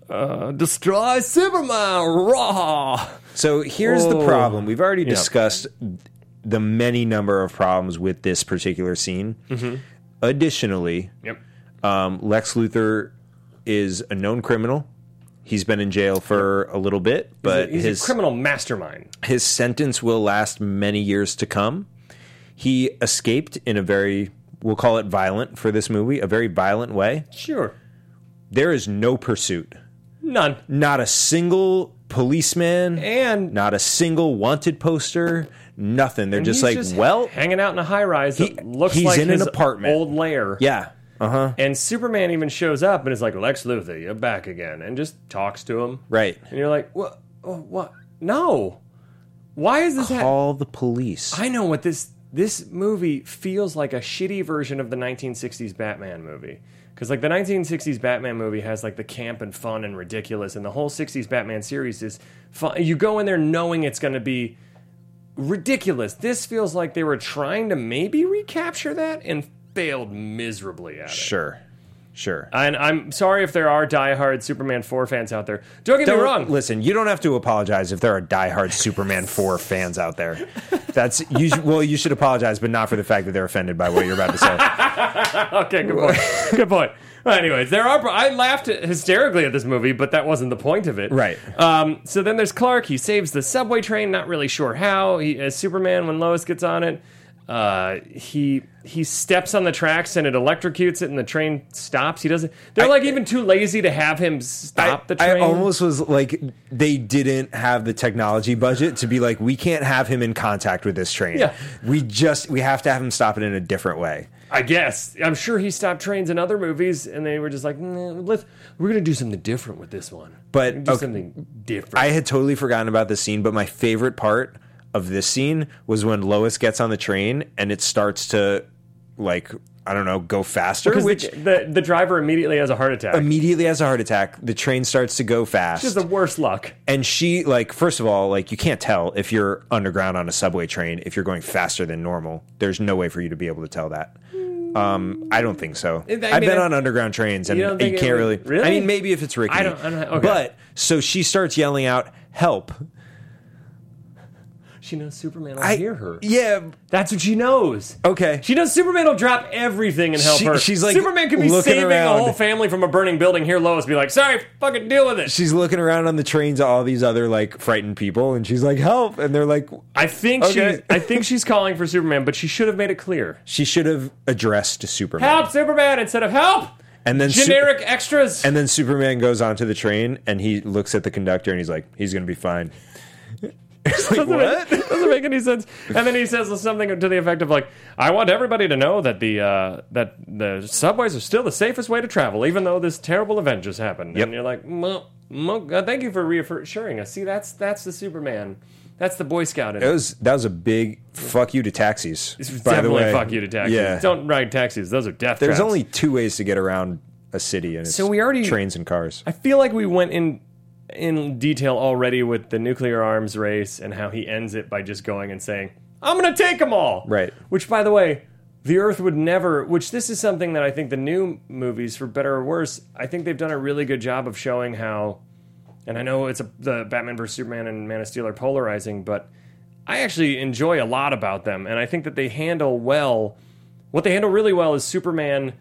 [SPEAKER 1] Uh, destroy Superman. Raw.
[SPEAKER 3] So here's the
[SPEAKER 1] Oh.
[SPEAKER 3] problem. We've already discussed the many number of problems with this particular scene. Additionally,
[SPEAKER 1] Yep.
[SPEAKER 3] um, Lex Luthor is a known criminal. He's been in jail for a little bit, but
[SPEAKER 1] He's
[SPEAKER 3] his
[SPEAKER 1] a criminal mastermind.
[SPEAKER 3] his sentence will last many years to come. He escaped in a very we'll call it violent for this movie, a very violent way.
[SPEAKER 1] Sure.
[SPEAKER 3] There is no pursuit.
[SPEAKER 1] None.
[SPEAKER 3] Not a single policeman
[SPEAKER 1] And-
[SPEAKER 3] not a single wanted poster, nothing. They're just
[SPEAKER 1] He's
[SPEAKER 3] like, well,
[SPEAKER 1] hanging out in a high rise
[SPEAKER 3] He-
[SPEAKER 1] that looks
[SPEAKER 3] he's
[SPEAKER 1] like
[SPEAKER 3] in an
[SPEAKER 1] his
[SPEAKER 3] apartment.
[SPEAKER 1] old lair.
[SPEAKER 3] yeah. uh,
[SPEAKER 1] And Superman even shows up and is like, Lex Luthor, you're back again, and just talks to him.
[SPEAKER 3] Right.
[SPEAKER 1] And you're like, what? What? No. Why is this? happening?
[SPEAKER 3] Call the police.
[SPEAKER 1] I know what this this movie feels like a shitty version of the 1960s Batman movie. Because like the 1960s Batman movie has like the camp and fun and ridiculous, and the whole 60s Batman series is fun. You go in there knowing it's going to be ridiculous. This feels like they were trying to maybe recapture that and failed miserably at it.
[SPEAKER 3] sure. Sure.
[SPEAKER 1] And I'm sorry if there are diehard Superman 4 fans out there. Don't get
[SPEAKER 3] Don't-
[SPEAKER 1] me wrong.
[SPEAKER 3] Listen, you don't have to apologize if there are diehard Superman 4 fans out there. That's you sh- well, you should apologize, but not for the fact that they're offended by what you're about to say.
[SPEAKER 1] Okay, good point. good point. Well, anyways, there are. I laughed hysterically at this movie, but that wasn't the point of it.
[SPEAKER 3] Right.
[SPEAKER 1] Um, so then there's Clark. He saves the subway train. Not really sure how. He, as Superman, when Lois gets on it, uh, he he steps on the tracks and it electrocutes it, and the train stops. He doesn't. They're like even too lazy to have him stop the train.
[SPEAKER 3] I almost was like they didn't have the technology budget to be like we can't have him in contact with this train.
[SPEAKER 1] Yeah.
[SPEAKER 3] We just we have to have him stop it in a different way.
[SPEAKER 1] I guess. I'm sure he stopped trains in other movies, and they were just like, "Nah, let's. We're gonna do something different with this one.
[SPEAKER 3] But,
[SPEAKER 1] We're gonna do
[SPEAKER 3] okay.
[SPEAKER 1] something different.
[SPEAKER 3] I had totally forgotten about this scene, but my favorite part of this scene was when Lois gets on the train and it starts to like I don't know, go faster,
[SPEAKER 1] Because
[SPEAKER 3] which
[SPEAKER 1] the, the the driver immediately has a heart attack.
[SPEAKER 3] immediately has a heart attack. The train starts to go fast.
[SPEAKER 1] This is the worst luck.
[SPEAKER 3] and she like first of all, like you can't tell if you're underground on a subway train if you're going faster than normal. There's no way for you to be able to tell that. Um, I don't think so. I
[SPEAKER 1] I mean,
[SPEAKER 3] have been
[SPEAKER 1] I-
[SPEAKER 3] on underground trains and
[SPEAKER 1] You
[SPEAKER 3] you,
[SPEAKER 1] don't think it
[SPEAKER 3] can't
[SPEAKER 1] would-
[SPEAKER 3] really,
[SPEAKER 1] Really?
[SPEAKER 3] I mean, maybe if it's Ricky.
[SPEAKER 1] I don't- I don't- okay.
[SPEAKER 3] But so she starts yelling out, "Help!"
[SPEAKER 1] She knows Superman will
[SPEAKER 3] I
[SPEAKER 1] hear her.
[SPEAKER 3] Yeah,
[SPEAKER 1] That's what she knows.
[SPEAKER 3] Okay.
[SPEAKER 1] She knows Superman will drop everything and help
[SPEAKER 3] She-
[SPEAKER 1] her.
[SPEAKER 3] she's like
[SPEAKER 1] Superman could be
[SPEAKER 3] looking
[SPEAKER 1] saving
[SPEAKER 3] around.
[SPEAKER 1] a whole family from a burning building. Here, Lois be like, sorry, fucking deal with it.
[SPEAKER 3] she's looking around on the train to all these other like frightened people, and she's like, "Help!" And they're like,
[SPEAKER 1] I think
[SPEAKER 3] Okay.
[SPEAKER 1] she's I think she's calling for Superman, but she should have made it clear.
[SPEAKER 3] she should have addressed Superman.
[SPEAKER 1] Help Superman instead of help.
[SPEAKER 3] And then Su-
[SPEAKER 1] generic extras.
[SPEAKER 3] And then Superman goes onto the train, and he looks at the conductor, and he's like, "He's gonna be fine." It's like, what?
[SPEAKER 1] Make, doesn't make any sense. And then he says something to the effect of like, "I want everybody to know that the uh, that the subways are still the safest way to travel, even though this terrible event just happened."
[SPEAKER 3] Yep.
[SPEAKER 1] And you're like, "Well, well, uh, thank you for reassuring us." See, that's that's the Superman. That's the Boy Scout. In
[SPEAKER 3] That
[SPEAKER 1] it.
[SPEAKER 3] was that was a big fuck you to taxis.
[SPEAKER 1] It's
[SPEAKER 3] by the
[SPEAKER 1] definitely
[SPEAKER 3] way.
[SPEAKER 1] fuck you to taxis.
[SPEAKER 3] Yeah.
[SPEAKER 1] Don't ride taxis. Those are death
[SPEAKER 3] There's
[SPEAKER 1] traps.
[SPEAKER 3] only two ways to get around a city, and it's
[SPEAKER 1] So we already-
[SPEAKER 3] trains and cars.
[SPEAKER 1] I feel like we went in in detail already with the nuclear arms race and how he ends it by just going and saying, "I'm going to take them all."
[SPEAKER 3] Right.
[SPEAKER 1] Which, by the way, the Earth would never. Which this is something that I think the new movies, for better or worse, I think they've done a really good job of showing how. And I know it's a, the Batman vs Superman and Man of Steel are polarizing, but I actually enjoy a lot about them, and I think that they handle well. What they handle really well is Superman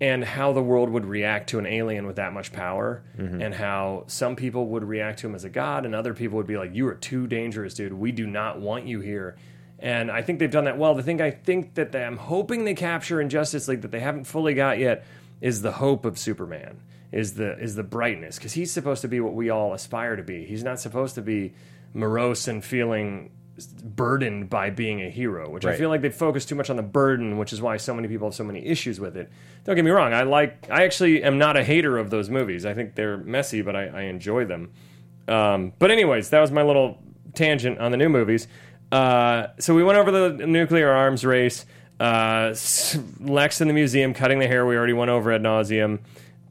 [SPEAKER 1] and how the world would react to an alien with that much power, and how some people would react to him as a god, and other people would be like, "You are too dangerous, dude. We do not want you here." And I think they've done that well. The thing I think that they, I'm hoping they capture in Justice League that they haven't fully got yet is the hope of Superman, is the is the brightness, because he's supposed to be what we all aspire to be. He's not supposed to be morose and feeling burdened by being a hero, which I
[SPEAKER 3] Right.
[SPEAKER 1] feel like they focus too much on the burden, which is why so many people have so many issues with it. Don't get me wrong, I like I actually am not a hater of those movies. I think they're messy, but I, I enjoy them. Um, but anyways, that was my little tangent on the new movies. Uh, so we went over the nuclear arms race. Uh, s- Lex in the museum cutting the hair. We already went over ad nauseum.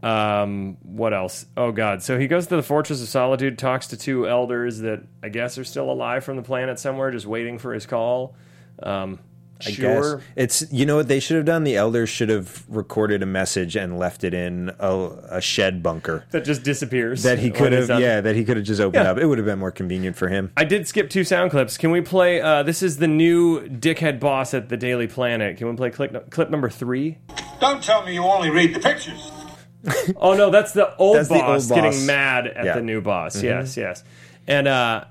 [SPEAKER 1] Um, what else? Oh God! So he goes to the Fortress of Solitude, talks to two elders that I guess are still alive from the planet somewhere, just waiting for his call. Um,
[SPEAKER 3] I
[SPEAKER 1] sure.
[SPEAKER 3] guess it's you know what they should have done. The elders should have recorded a message and left it in a, a shed bunker
[SPEAKER 1] That just disappears.
[SPEAKER 3] that he
[SPEAKER 1] when
[SPEAKER 3] could
[SPEAKER 1] it's not-
[SPEAKER 3] have. Yeah, that he could have just opened
[SPEAKER 1] Yeah.
[SPEAKER 3] up. It would have been more convenient for him.
[SPEAKER 1] I did skip two sound clips. Can we play? Uh, this is the new dickhead boss at the Daily Planet. Can we play clip, clip number three?
[SPEAKER 5] Don't tell me you only read the pictures.
[SPEAKER 1] Oh no, that's the old,
[SPEAKER 3] That's the
[SPEAKER 1] boss,
[SPEAKER 3] old boss.
[SPEAKER 1] getting mad at
[SPEAKER 3] Yeah. Mm-hmm.
[SPEAKER 1] the new boss. Yes, yes. And uh,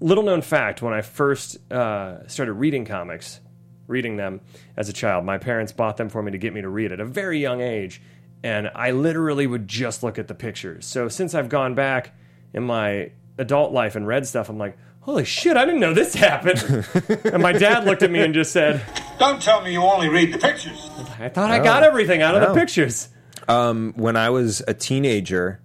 [SPEAKER 1] little known fact: when I first uh, started reading comics, reading them as a child, my parents bought them for me to get me to read at a very young age, and I literally would just look at the pictures. So since I've gone back in my adult life and read stuff, I'm like, holy shit, I didn't know this happened. and my dad looked at me and just said,
[SPEAKER 5] Don't tell me you only read the pictures.
[SPEAKER 1] I thought I
[SPEAKER 3] Oh.
[SPEAKER 1] got everything out of
[SPEAKER 3] No.
[SPEAKER 1] the pictures.
[SPEAKER 3] When I was a teenager,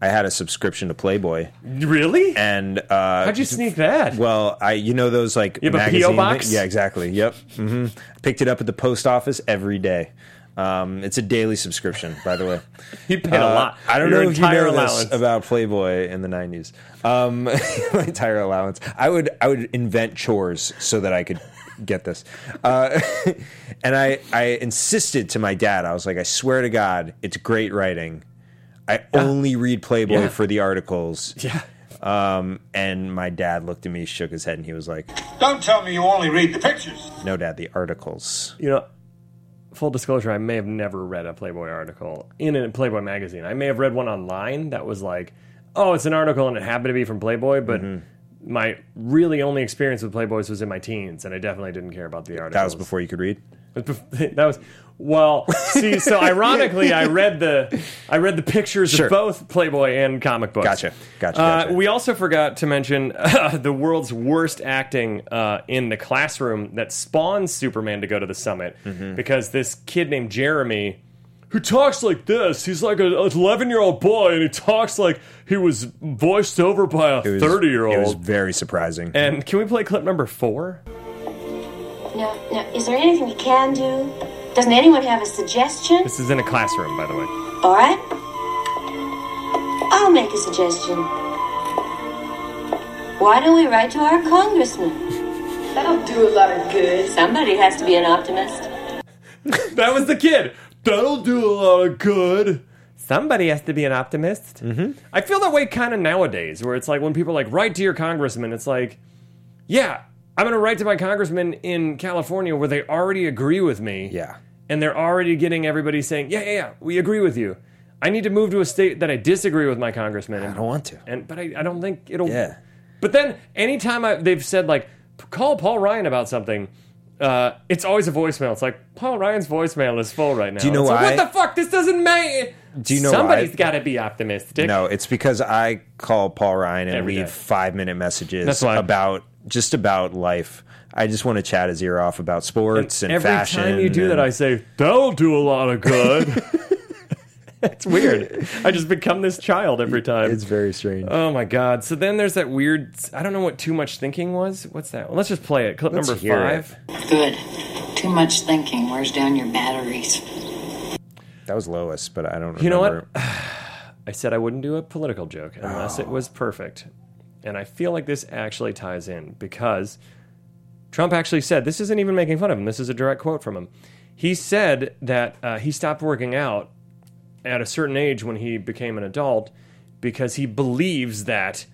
[SPEAKER 3] I had a subscription to Playboy,
[SPEAKER 1] Really?
[SPEAKER 3] and uh,
[SPEAKER 1] How'd you sneak that?
[SPEAKER 3] Well, I you know those like
[SPEAKER 1] have a
[SPEAKER 3] magazine
[SPEAKER 1] P.O. box?
[SPEAKER 3] Yeah, exactly. Yep. hmm Picked it up at the post office every day. Um, it's a daily subscription, by the way.
[SPEAKER 1] You paid a
[SPEAKER 3] Uh,
[SPEAKER 1] lot.
[SPEAKER 3] I don't
[SPEAKER 1] Your
[SPEAKER 3] know if you
[SPEAKER 1] entire
[SPEAKER 3] know
[SPEAKER 1] allowance.
[SPEAKER 3] this about Playboy in the '90s. Um, my entire allowance. I would I would invent chores so that I could get this, uh, and I I insisted to my dad. I was like, I swear to God, it's great writing. I only read Playboy
[SPEAKER 1] Yeah.
[SPEAKER 3] for the articles.
[SPEAKER 1] yeah.
[SPEAKER 3] Um, and my dad looked at me, shook his head, and he was like,
[SPEAKER 5] Don't tell me you only read the pictures.
[SPEAKER 3] "No, dad, the articles."
[SPEAKER 1] you know, full disclosure, I may have never read a Playboy article in a Playboy magazine. I may have read one online that was like, oh, it's an article and it happened to be from Playboy, but my really only experience with Playboys was in my teens, and I definitely didn't care about the articles.
[SPEAKER 3] That was before you could read.
[SPEAKER 1] that was well. See, so ironically, I read the I read the pictures
[SPEAKER 3] Sure.
[SPEAKER 1] of both Playboy and comic books.
[SPEAKER 3] Gotcha. Gotcha,
[SPEAKER 1] Uh,
[SPEAKER 3] gotcha.
[SPEAKER 1] We also forgot to mention uh, the world's worst acting uh, in the classroom that spawns Superman to go to the summit
[SPEAKER 3] Mm-hmm.
[SPEAKER 1] because this kid named Jeremy. Who talks like this? He's like an 11 year old boy, and he talks like he was voiced over by a
[SPEAKER 3] It was-
[SPEAKER 1] 30 year
[SPEAKER 3] It was
[SPEAKER 1] old.
[SPEAKER 3] very surprising.
[SPEAKER 1] And can we play clip number four?
[SPEAKER 7] Now, now, is there anything we can do? Doesn't anyone have a suggestion?
[SPEAKER 1] This is in a classroom, by the way.
[SPEAKER 7] All right. I'll make a suggestion. Why don't we write to our congressman?
[SPEAKER 8] That'll do a lot of good.
[SPEAKER 7] Somebody has to be an optimist.
[SPEAKER 1] That was the kid. That'll do a lot of good. Somebody has to be an optimist. Mm-hmm. I feel that way kind of nowadays, where it's like when people are like write to your congressman. It's like, yeah, I'm going to write to my congressman in California where they already agree with me.
[SPEAKER 3] Yeah.
[SPEAKER 1] and they're already getting everybody saying, yeah, yeah, yeah, we agree with you. I need to move to a state that I disagree with my congressman.
[SPEAKER 3] I don't want to.
[SPEAKER 1] And but I, I don't think it'll.
[SPEAKER 3] Yeah.
[SPEAKER 1] But then anytime I, they've said like "P- call Paul Ryan about something, uh, it's always a voicemail. It's like Paul Ryan's voicemail is full right now. Do
[SPEAKER 3] you know
[SPEAKER 1] it's
[SPEAKER 3] why?
[SPEAKER 1] Like, what the fuck? This doesn't make.
[SPEAKER 3] Do you know
[SPEAKER 1] Somebody's
[SPEAKER 3] why?
[SPEAKER 1] got to be optimistic.
[SPEAKER 3] No, it's because I call Paul Ryan and
[SPEAKER 1] Every
[SPEAKER 3] leave
[SPEAKER 1] day.
[SPEAKER 3] five minute messages
[SPEAKER 1] That's why.
[SPEAKER 3] about just about life. I just want to chat his ear off about sports and,
[SPEAKER 1] Every
[SPEAKER 3] fashion.
[SPEAKER 1] time you do that, I
[SPEAKER 3] and-
[SPEAKER 1] say that'll do a lot of good. it's weird. I just become this child every time.
[SPEAKER 3] it's very strange.
[SPEAKER 1] Oh my god! So then there's that weird. I don't know what too much thinking was. What's that? Well, let's just play it. Clip
[SPEAKER 3] Let's
[SPEAKER 1] number
[SPEAKER 3] hear
[SPEAKER 1] five.
[SPEAKER 4] Good. Too much thinking wears down your batteries.
[SPEAKER 3] that was Lois, but I don't.
[SPEAKER 1] You know
[SPEAKER 3] remember.
[SPEAKER 1] what? I said I wouldn't do a political joke unless it
[SPEAKER 3] Oh.
[SPEAKER 1] was perfect, and I feel like this actually ties in because Trump actually said this isn't even making fun of him. This is a direct quote from him. He said that uh, he stopped working out at a certain age when he became an adult because he believes that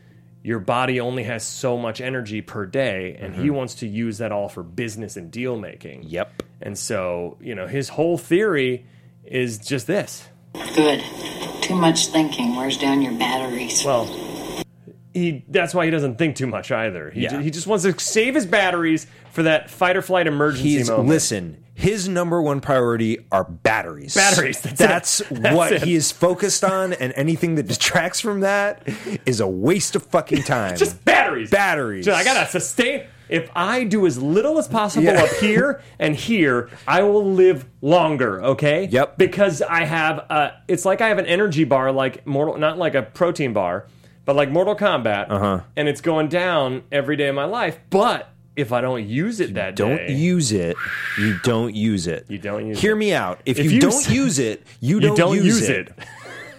[SPEAKER 1] your body only has so much energy per day and he wants to use that all for business and deal making.
[SPEAKER 3] Mm-hmm. Yep.
[SPEAKER 1] And so, you know, his whole theory is just this.
[SPEAKER 4] Good. Too much thinking wears down your batteries.
[SPEAKER 1] Well, he that's why he doesn't think too much either. He,
[SPEAKER 3] Yeah.
[SPEAKER 1] ju- he just wants to save his batteries for that fight or flight emergency
[SPEAKER 3] He's
[SPEAKER 1] moment.
[SPEAKER 3] listen. His number one priority are batteries.
[SPEAKER 1] Batteries, that's it. That's
[SPEAKER 3] what
[SPEAKER 1] it.
[SPEAKER 3] he is focused on, and anything that detracts from that is a waste of fucking time.
[SPEAKER 1] just batteries.
[SPEAKER 3] Batteries.
[SPEAKER 1] Just- I gotta sustain. If I do as little as possible
[SPEAKER 3] Yeah.
[SPEAKER 1] up here and here, I will live longer. Okay.
[SPEAKER 3] Yep.
[SPEAKER 1] Because I have a. It's like I have an energy bar, like mortal, not like a protein bar, but like Mortal Kombat. Uh
[SPEAKER 3] Uh-huh.
[SPEAKER 1] huh. And it's going down every day of my life. But if I don't use it that
[SPEAKER 3] don't
[SPEAKER 1] day,
[SPEAKER 3] use it. You don't use it.
[SPEAKER 1] You don't use
[SPEAKER 3] Hear
[SPEAKER 1] it.
[SPEAKER 3] me out. If,
[SPEAKER 1] If
[SPEAKER 3] you,
[SPEAKER 1] you
[SPEAKER 3] don't
[SPEAKER 1] s-
[SPEAKER 3] use it, you
[SPEAKER 1] you
[SPEAKER 3] don't,
[SPEAKER 1] don't, use, it.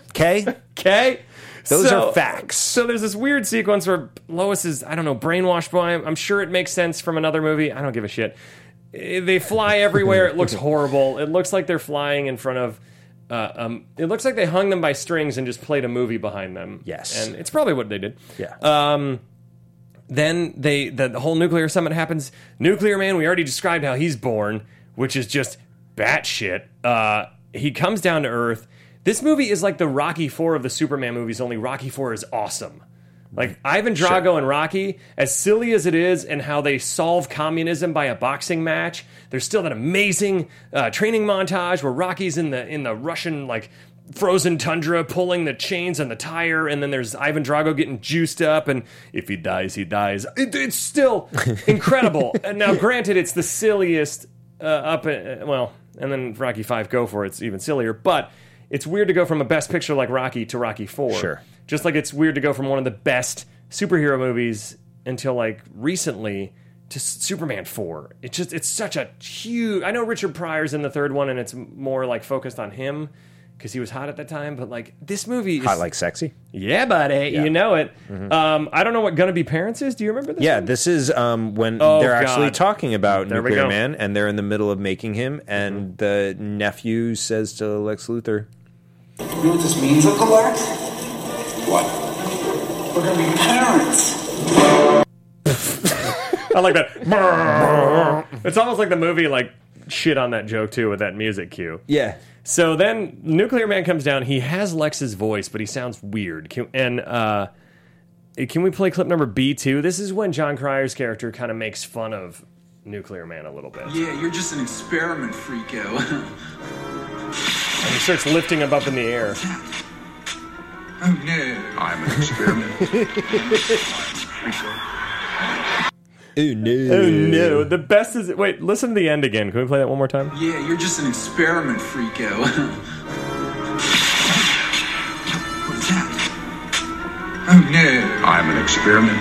[SPEAKER 3] Okay.
[SPEAKER 1] Okay.
[SPEAKER 3] Those are facts.
[SPEAKER 1] So there's this weird sequence where Lois is, I don't know, brainwashed by him. I'm sure it makes sense from another movie. I don't give a shit. Eh, They fly everywhere. It looks horrible. It looks like they're flying in front of. Uh, um, it looks like they hung them by strings and just played a movie behind them.
[SPEAKER 3] Yes.
[SPEAKER 1] and it's probably what they did.
[SPEAKER 3] Yeah.
[SPEAKER 1] Then they the, the whole nuclear summit happens. Nuclear Man, we already described how he's born, which is just batshit. Uh, he comes down to Earth. This movie is like the Rocky Four of the Superman movies. Only Rocky Four is awesome. Like Ivan Drago and Rocky, as silly as it is, and how they solve communism by a boxing match. There's still that amazing uh, training montage where Rocky's in the in the Russian like frozen tundra pulling the chains on the tire and then there's Ivan Drago getting juiced up and if he dies he dies It- it's still incredible and now granted it's the silliest uh, up uh, well and then Rocky 5 go for it's even sillier but it's weird to go from a best picture like Rocky to Rocky 4
[SPEAKER 3] Sure.
[SPEAKER 1] just like it's weird to go from one of the best superhero movies until like recently to S- Superman 4. It's just it's such a huge I know Richard Pryor's in the third one and it's more like focused on him cuz he was hot at that time, but like this movie is
[SPEAKER 3] Hot like sexy.
[SPEAKER 1] Yeah, buddy, you know it. Um I don't know what Gonna Be Parents is. Do you remember this?
[SPEAKER 3] Yeah,
[SPEAKER 1] one?
[SPEAKER 3] this is um, when
[SPEAKER 1] Oh,
[SPEAKER 3] they're actually
[SPEAKER 1] God.
[SPEAKER 3] talking about
[SPEAKER 1] There we
[SPEAKER 3] Nuclear
[SPEAKER 1] go. Mm-hmm.
[SPEAKER 3] Man, and they're in the middle of making him, and the nephew says to Lex Luthor,
[SPEAKER 5] You know what this means, Uncle Lark? What? We're gonna be parents.
[SPEAKER 1] I like that. it's almost like the movie like shit on that joke too with that music cue.
[SPEAKER 3] "Yeah,
[SPEAKER 1] So then Nuclear Man comes down. He has Lex's voice, but he sounds weird. Can, and uh, can we play clip number B2? This is when John Cryer's character kind of makes fun of Nuclear Man a little bit. And
[SPEAKER 9] Yeah, you're just an experiment freako.
[SPEAKER 1] he starts lifting him up in the air.
[SPEAKER 9] oh no.
[SPEAKER 6] I'm an experiment.
[SPEAKER 3] oh no,
[SPEAKER 1] Oh no. The best is. Wait, listen to the end again. Can we play that one more time?
[SPEAKER 9] Yeah, you're just an experiment freako. oh no.
[SPEAKER 6] I'm an experiment.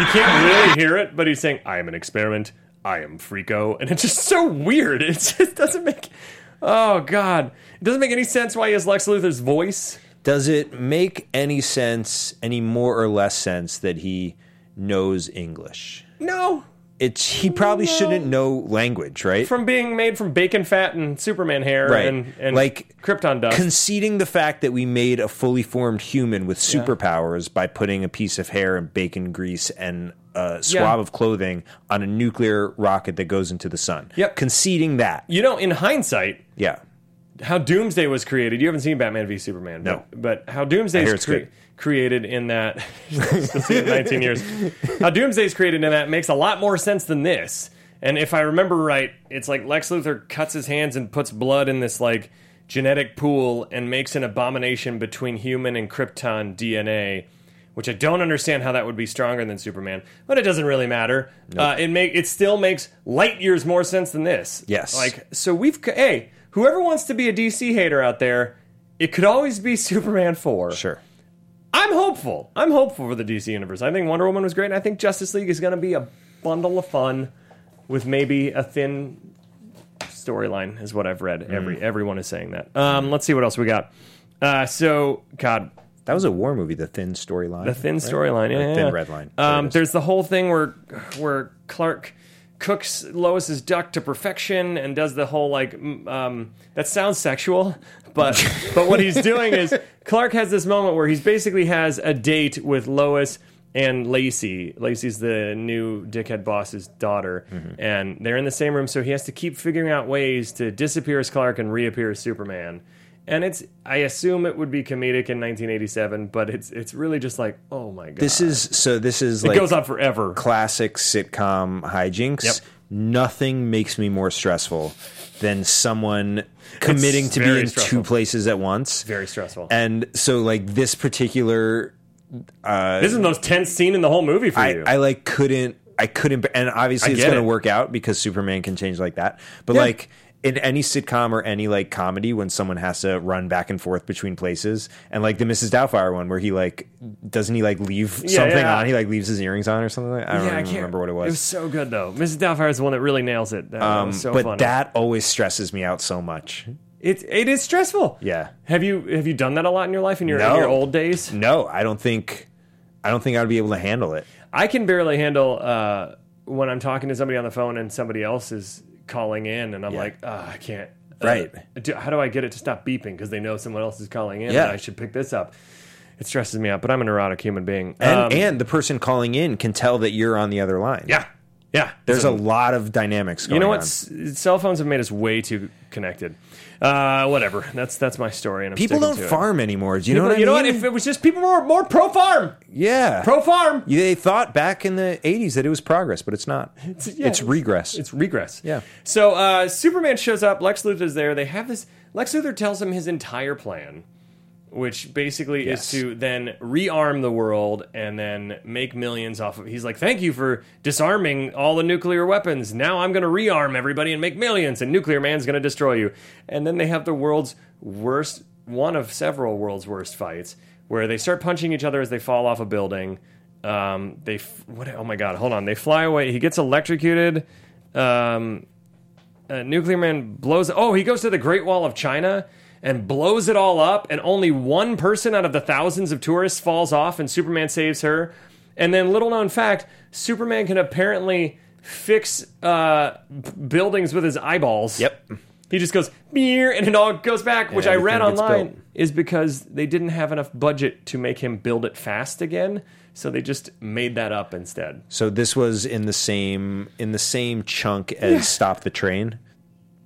[SPEAKER 1] You can't really hear it, but he's saying, I am an experiment. I am Freako. And it's just so weird. It just doesn't make. Oh, God. It doesn't make any sense why he has Lex Luthor's voice.
[SPEAKER 3] Does it make any sense, any more or less sense, that he knows English?
[SPEAKER 1] No.
[SPEAKER 3] It's he probably
[SPEAKER 1] No.
[SPEAKER 3] shouldn't know language, right?
[SPEAKER 1] from being made from bacon fat and Superman hair
[SPEAKER 3] Right.
[SPEAKER 1] and, and
[SPEAKER 3] Like,
[SPEAKER 1] Krypton dust.
[SPEAKER 3] Conceding the fact that we made a fully formed human with superpowers by putting a piece of hair and bacon grease and a swab
[SPEAKER 1] Yeah.
[SPEAKER 3] of clothing on a nuclear rocket that goes into the sun.
[SPEAKER 1] Yep.
[SPEAKER 3] Conceding that.
[SPEAKER 1] you know, in hindsight,
[SPEAKER 3] Yeah.
[SPEAKER 1] how Doomsday was created. You haven't seen Batman v Superman,
[SPEAKER 3] No.
[SPEAKER 1] but, but how
[SPEAKER 3] I
[SPEAKER 1] Doomsday
[SPEAKER 3] hear
[SPEAKER 1] is
[SPEAKER 3] it's
[SPEAKER 1] cre-
[SPEAKER 3] good.
[SPEAKER 1] created in that see it in 19 years. How Doomsday is created in that makes a lot more sense than this. And if I remember right, it's like Lex Luthor cuts his hands and puts blood in this like genetic pool and makes an abomination between human and Krypton DNA. Which I don't understand how that would be stronger than Superman, but it doesn't really matter. Uh, it make it still makes light years more sense than this.
[SPEAKER 3] Yes.
[SPEAKER 1] like so we've hey, whoever wants to be a DC hater out there, it could always be Superman 4.
[SPEAKER 3] Sure.
[SPEAKER 1] I'm hopeful. I'm hopeful for the DC universe. I think Wonder Woman was great and I think Justice League is going to be a bundle of fun with maybe a thin storyline is what I've read.
[SPEAKER 3] Mm.
[SPEAKER 1] Every everyone is saying that. Um, let's see what else we got. Uh, so god,
[SPEAKER 3] That was a war movie, the thin storyline.
[SPEAKER 1] the thin
[SPEAKER 3] right?
[SPEAKER 1] storyline, yeah,
[SPEAKER 3] Or
[SPEAKER 1] yeah,
[SPEAKER 3] thin
[SPEAKER 1] yeah.
[SPEAKER 3] red line.
[SPEAKER 1] Um,
[SPEAKER 3] There it is.
[SPEAKER 1] there's the whole thing where where Clark cooks Lois's duck to perfection and does the whole like m- um, that sounds sexual, but but what he's doing is Clark has this moment where he's basically has a date with Lois and Lacey. Lacey's the new dickhead boss's daughter,
[SPEAKER 3] Mm-hmm.
[SPEAKER 1] and they're in the same room, so he has to keep figuring out ways to disappear as Clark and reappear as Superman. And it's I assume it would be comedic in 1987, but it's it's really just like oh my god,
[SPEAKER 3] This is so. This is
[SPEAKER 1] it
[SPEAKER 3] like
[SPEAKER 1] goes on forever.
[SPEAKER 3] classic sitcom hijinks.
[SPEAKER 1] Yep.
[SPEAKER 3] Nothing makes me more stressful than someone committing to be
[SPEAKER 1] very
[SPEAKER 3] in
[SPEAKER 1] stressful.
[SPEAKER 3] two places at once.
[SPEAKER 1] Very stressful.
[SPEAKER 3] And so, like this particular,
[SPEAKER 1] this is the most tense scene in the whole movie for
[SPEAKER 3] I,
[SPEAKER 1] you.
[SPEAKER 3] I like couldn't. I couldn't. And obviously,
[SPEAKER 1] I
[SPEAKER 3] it's
[SPEAKER 1] get
[SPEAKER 3] going to
[SPEAKER 1] it.
[SPEAKER 3] work out because Superman can change like that. But
[SPEAKER 1] Yeah.
[SPEAKER 3] like in any sitcom or any like comedy, when someone has to run back and forth between places, and like the Mrs. Doubtfire one, where he like doesn't he like leave
[SPEAKER 1] Yeah,
[SPEAKER 3] something
[SPEAKER 1] yeah.
[SPEAKER 3] on? He like leaves his earrings on or something. Like I don't even remember what it Um,
[SPEAKER 1] It was so good though. Mrs. Doubtfire is the one that really nails it. That was so
[SPEAKER 3] but
[SPEAKER 1] funny.
[SPEAKER 3] that always stresses me out so much.
[SPEAKER 1] it it is stressful.
[SPEAKER 3] Yeah.
[SPEAKER 1] Have you have you done that a lot in your life in your in
[SPEAKER 3] No.
[SPEAKER 1] your old days?
[SPEAKER 3] No, I don't think I don't think I'd be able to handle it.
[SPEAKER 1] I can barely handle uh, when I'm talking to somebody on the phone and somebody else is calling in, and I'm
[SPEAKER 3] Yeah.
[SPEAKER 1] like, "Ah, I can't. Uh,
[SPEAKER 3] Right.
[SPEAKER 1] do- how do I get it to stop beeping because they know someone else is calling in?
[SPEAKER 3] Yeah.
[SPEAKER 1] and I should pick this up. It stresses me out, but I'm a neurotic human being.
[SPEAKER 3] And
[SPEAKER 1] Um,
[SPEAKER 3] and the person calling in can tell that you're on the other line.
[SPEAKER 1] yeah, yeah.
[SPEAKER 3] There's a lot of dynamics going
[SPEAKER 1] you know
[SPEAKER 3] on.
[SPEAKER 1] what? S- Cell phones have made us way too connected. Uh, whatever. That's that's my story. And I'm
[SPEAKER 3] People
[SPEAKER 1] sticking
[SPEAKER 3] don't
[SPEAKER 1] to it.
[SPEAKER 3] farm anymore. Do you know
[SPEAKER 1] People-
[SPEAKER 3] what I
[SPEAKER 1] you know
[SPEAKER 3] mean?
[SPEAKER 1] what? If it was just people were more pro farm,
[SPEAKER 3] yeah.
[SPEAKER 1] pro farm,
[SPEAKER 3] they thought back in the 80s that it was progress, but it's not. It's,
[SPEAKER 1] yeah, it's-
[SPEAKER 3] regress.
[SPEAKER 1] It's regress.
[SPEAKER 3] Yeah.
[SPEAKER 1] So uh, Superman shows up. Lex Luthor's there. They have this. Lex Luthor tells him his entire plan, which basically
[SPEAKER 3] Yes.
[SPEAKER 1] is to then rearm the world and then make millions off of. He's like, "Thank you for disarming all the nuclear weapons. Now I'm going to rearm everybody and make millions. And Nuclear Man's going to destroy you." And then they have the world's worst, one of several world's worst fights, where they start punching each other as they fall off a building. Um, they f- what? Oh my god! Hold on. They fly away. He gets electrocuted. Um, uh, Nuclear Man blows. Oh, he goes to the Great Wall of China and blows it all up, and only one person out of the thousands of tourists falls off, and Superman saves her. And then, little known fact, Superman can apparently fix uh, b- buildings with his eyeballs.
[SPEAKER 3] Yep.
[SPEAKER 1] He just goes beer, and it all goes back, which I read
[SPEAKER 3] everything gets built.
[SPEAKER 1] online is because they didn't have enough budget to make him build it fast again, so they just made that up instead.
[SPEAKER 3] so this was in the same in the same chunk as Stop the Train.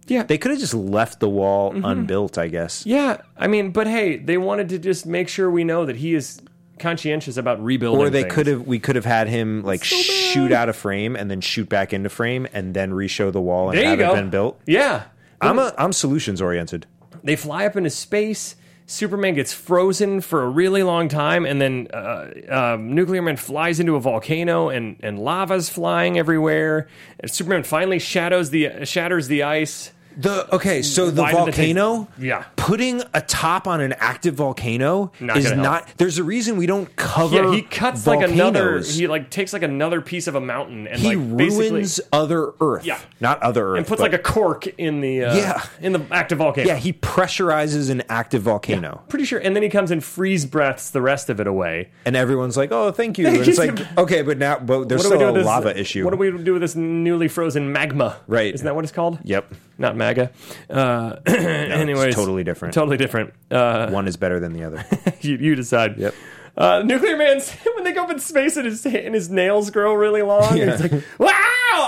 [SPEAKER 1] Yeah.
[SPEAKER 3] They could have just left the wall unbuilt, I guess.
[SPEAKER 1] Mm-hmm. Yeah, I mean, but hey, they wanted to just make sure we know that he is conscientious about rebuilding.
[SPEAKER 3] Or they
[SPEAKER 1] things.
[SPEAKER 3] could have we could have had him like shoot out of frame and then shoot back into frame and then reshow the wall and
[SPEAKER 1] There you
[SPEAKER 3] have
[SPEAKER 1] go.
[SPEAKER 3] it been built.
[SPEAKER 1] Yeah,
[SPEAKER 3] I'm a I'm solutions oriented.
[SPEAKER 1] they fly up into space. Superman gets frozen for a really long time, and then uh, um Nuclear Man flies into a volcano, and and lava's flying everywhere. And Superman finally shadows the shatters the ice.
[SPEAKER 3] The okay, so the
[SPEAKER 1] Why did they take-
[SPEAKER 3] volcano,
[SPEAKER 1] Yeah.
[SPEAKER 3] putting a top on an active volcano
[SPEAKER 1] Not
[SPEAKER 3] is
[SPEAKER 1] gonna help.
[SPEAKER 3] not. There's a reason we don't cover.
[SPEAKER 1] Yeah, he cuts like another.
[SPEAKER 3] volcanoes.
[SPEAKER 1] He like takes like another piece of a mountain and
[SPEAKER 3] He
[SPEAKER 1] like basically
[SPEAKER 3] ruins other Earth.
[SPEAKER 1] Yeah.
[SPEAKER 3] not other Earth.
[SPEAKER 1] and puts
[SPEAKER 3] but-
[SPEAKER 1] like a cork in the uh,
[SPEAKER 3] Yeah.
[SPEAKER 1] in the active volcano.
[SPEAKER 3] yeah. He pressurizes an active volcano,
[SPEAKER 1] pretty sure. And then he comes and freeze breaths the rest of it away.
[SPEAKER 3] and everyone's like, "Oh, thank you." And it's like, okay, but now, but there's
[SPEAKER 1] what do we do
[SPEAKER 3] still a
[SPEAKER 1] with this
[SPEAKER 3] lava issue.
[SPEAKER 1] What do we do with this newly frozen magma?
[SPEAKER 3] Right.
[SPEAKER 1] Isn't that what it's called?
[SPEAKER 3] Yep,
[SPEAKER 1] Not MAGA. Uh, anyways,
[SPEAKER 3] totally different.
[SPEAKER 1] Totally different. Uh,
[SPEAKER 3] one is better than the other.
[SPEAKER 1] you, you decide.
[SPEAKER 3] Yep.
[SPEAKER 1] Uh, Nuclear Man's when they go up in space and his and his nails grow really long.
[SPEAKER 3] Yeah.
[SPEAKER 1] It's like wow!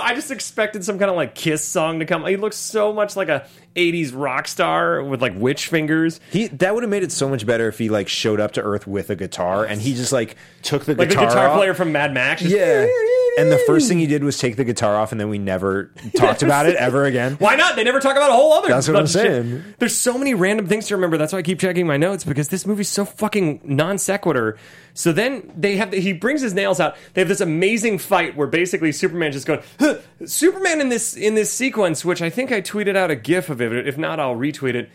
[SPEAKER 1] I just expected some kind of like Kiss song to come. He looks so much like a '80s rock star with like witch fingers.
[SPEAKER 3] He that would have made it so much better if he like showed up to Earth with a guitar and he just like took the
[SPEAKER 1] Like
[SPEAKER 3] guitar
[SPEAKER 1] the guitar
[SPEAKER 3] off.
[SPEAKER 1] player from Mad Max. Just-
[SPEAKER 3] Yeah. And the first thing he did was take the guitar off, and then we never talked about it ever again.
[SPEAKER 1] Why not? They never talk about a whole other.
[SPEAKER 3] That's what
[SPEAKER 1] bunch
[SPEAKER 3] I'm
[SPEAKER 1] of shit.
[SPEAKER 3] saying.
[SPEAKER 1] There's so many random things to remember. That's why I keep checking my notes because this movie's so fucking non sequitur. So then they have he brings his nails out. They have this amazing fight where basically Superman just going huh. Superman in this in this sequence, which I think I tweeted out a gif of it. If not, I'll retweet it.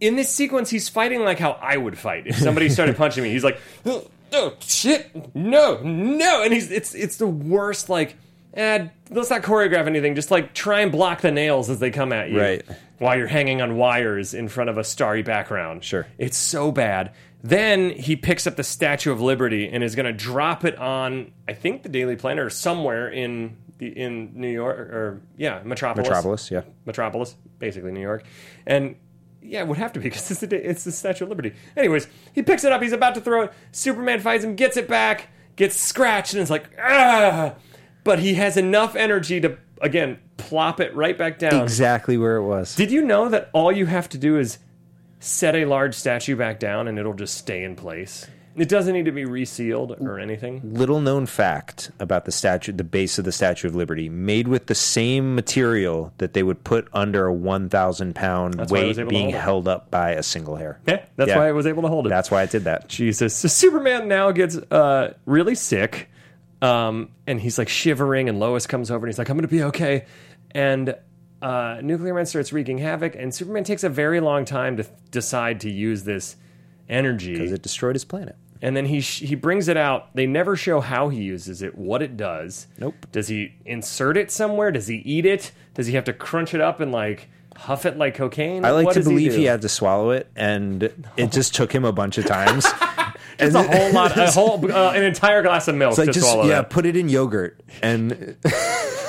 [SPEAKER 1] In this sequence, he's fighting like how I would fight if somebody started punching me. He's like, "Huh, oh shit, no, no, and he's it's it's the worst like. Eh, let's not choreograph anything. Just like try and block the nails as they come at you
[SPEAKER 3] Right.
[SPEAKER 1] while you're hanging on wires in front of a starry background.
[SPEAKER 3] Sure.
[SPEAKER 1] It's so bad. Then he picks up the Statue of Liberty and is going to drop it on, I think, the Daily Planet or somewhere in the in New York or, or yeah, Metropolis.
[SPEAKER 3] Metropolis, yeah.
[SPEAKER 1] Metropolis, basically New York, and yeah, it would have to be because it's the, it's the Statue of Liberty. Anyways, he picks it up. He's about to throw it. Superman finds him, gets it back, gets scratched and is like, ah. But he has enough energy to, again, plop it right back down.
[SPEAKER 3] Exactly where it was.
[SPEAKER 1] Did you know that all you have to do is set a large statue back down and it'll just stay in place? It doesn't need to be resealed or anything.
[SPEAKER 3] Little known fact about the statue, the base of the Statue of Liberty, made with the same material that they would put under a 1,000 pound
[SPEAKER 1] That's why I was
[SPEAKER 3] weight
[SPEAKER 1] able to
[SPEAKER 3] being
[SPEAKER 1] hold it.
[SPEAKER 3] held up by a single hair.
[SPEAKER 1] Yeah, that's
[SPEAKER 3] Yeah.
[SPEAKER 1] why I was able to hold it.
[SPEAKER 3] That's why I did that.
[SPEAKER 1] Jesus. So Superman now gets uh, really sick, um, and he's like shivering, and Lois comes over and he's like, I'm going to be okay. And uh, Nuclear Man starts wreaking havoc, and Superman takes a very long time to th- decide to use this energy.
[SPEAKER 3] Because it destroyed his planet.
[SPEAKER 1] and then he, sh- he brings it out. They never show how he uses it, what it does.
[SPEAKER 3] Nope.
[SPEAKER 1] Does he insert it somewhere? Does he eat it? Does he have to crunch it up and like huff it like cocaine?
[SPEAKER 3] I like
[SPEAKER 1] What
[SPEAKER 3] to
[SPEAKER 1] does he
[SPEAKER 3] believe he,
[SPEAKER 1] do?
[SPEAKER 3] had to swallow it, and it just took him a bunch of times.
[SPEAKER 1] Just a whole lot, a whole, uh, an entire glass of milk
[SPEAKER 3] It's like
[SPEAKER 1] to
[SPEAKER 3] just
[SPEAKER 1] swallow.
[SPEAKER 3] yeah,
[SPEAKER 1] that.
[SPEAKER 3] put it in yogurt, and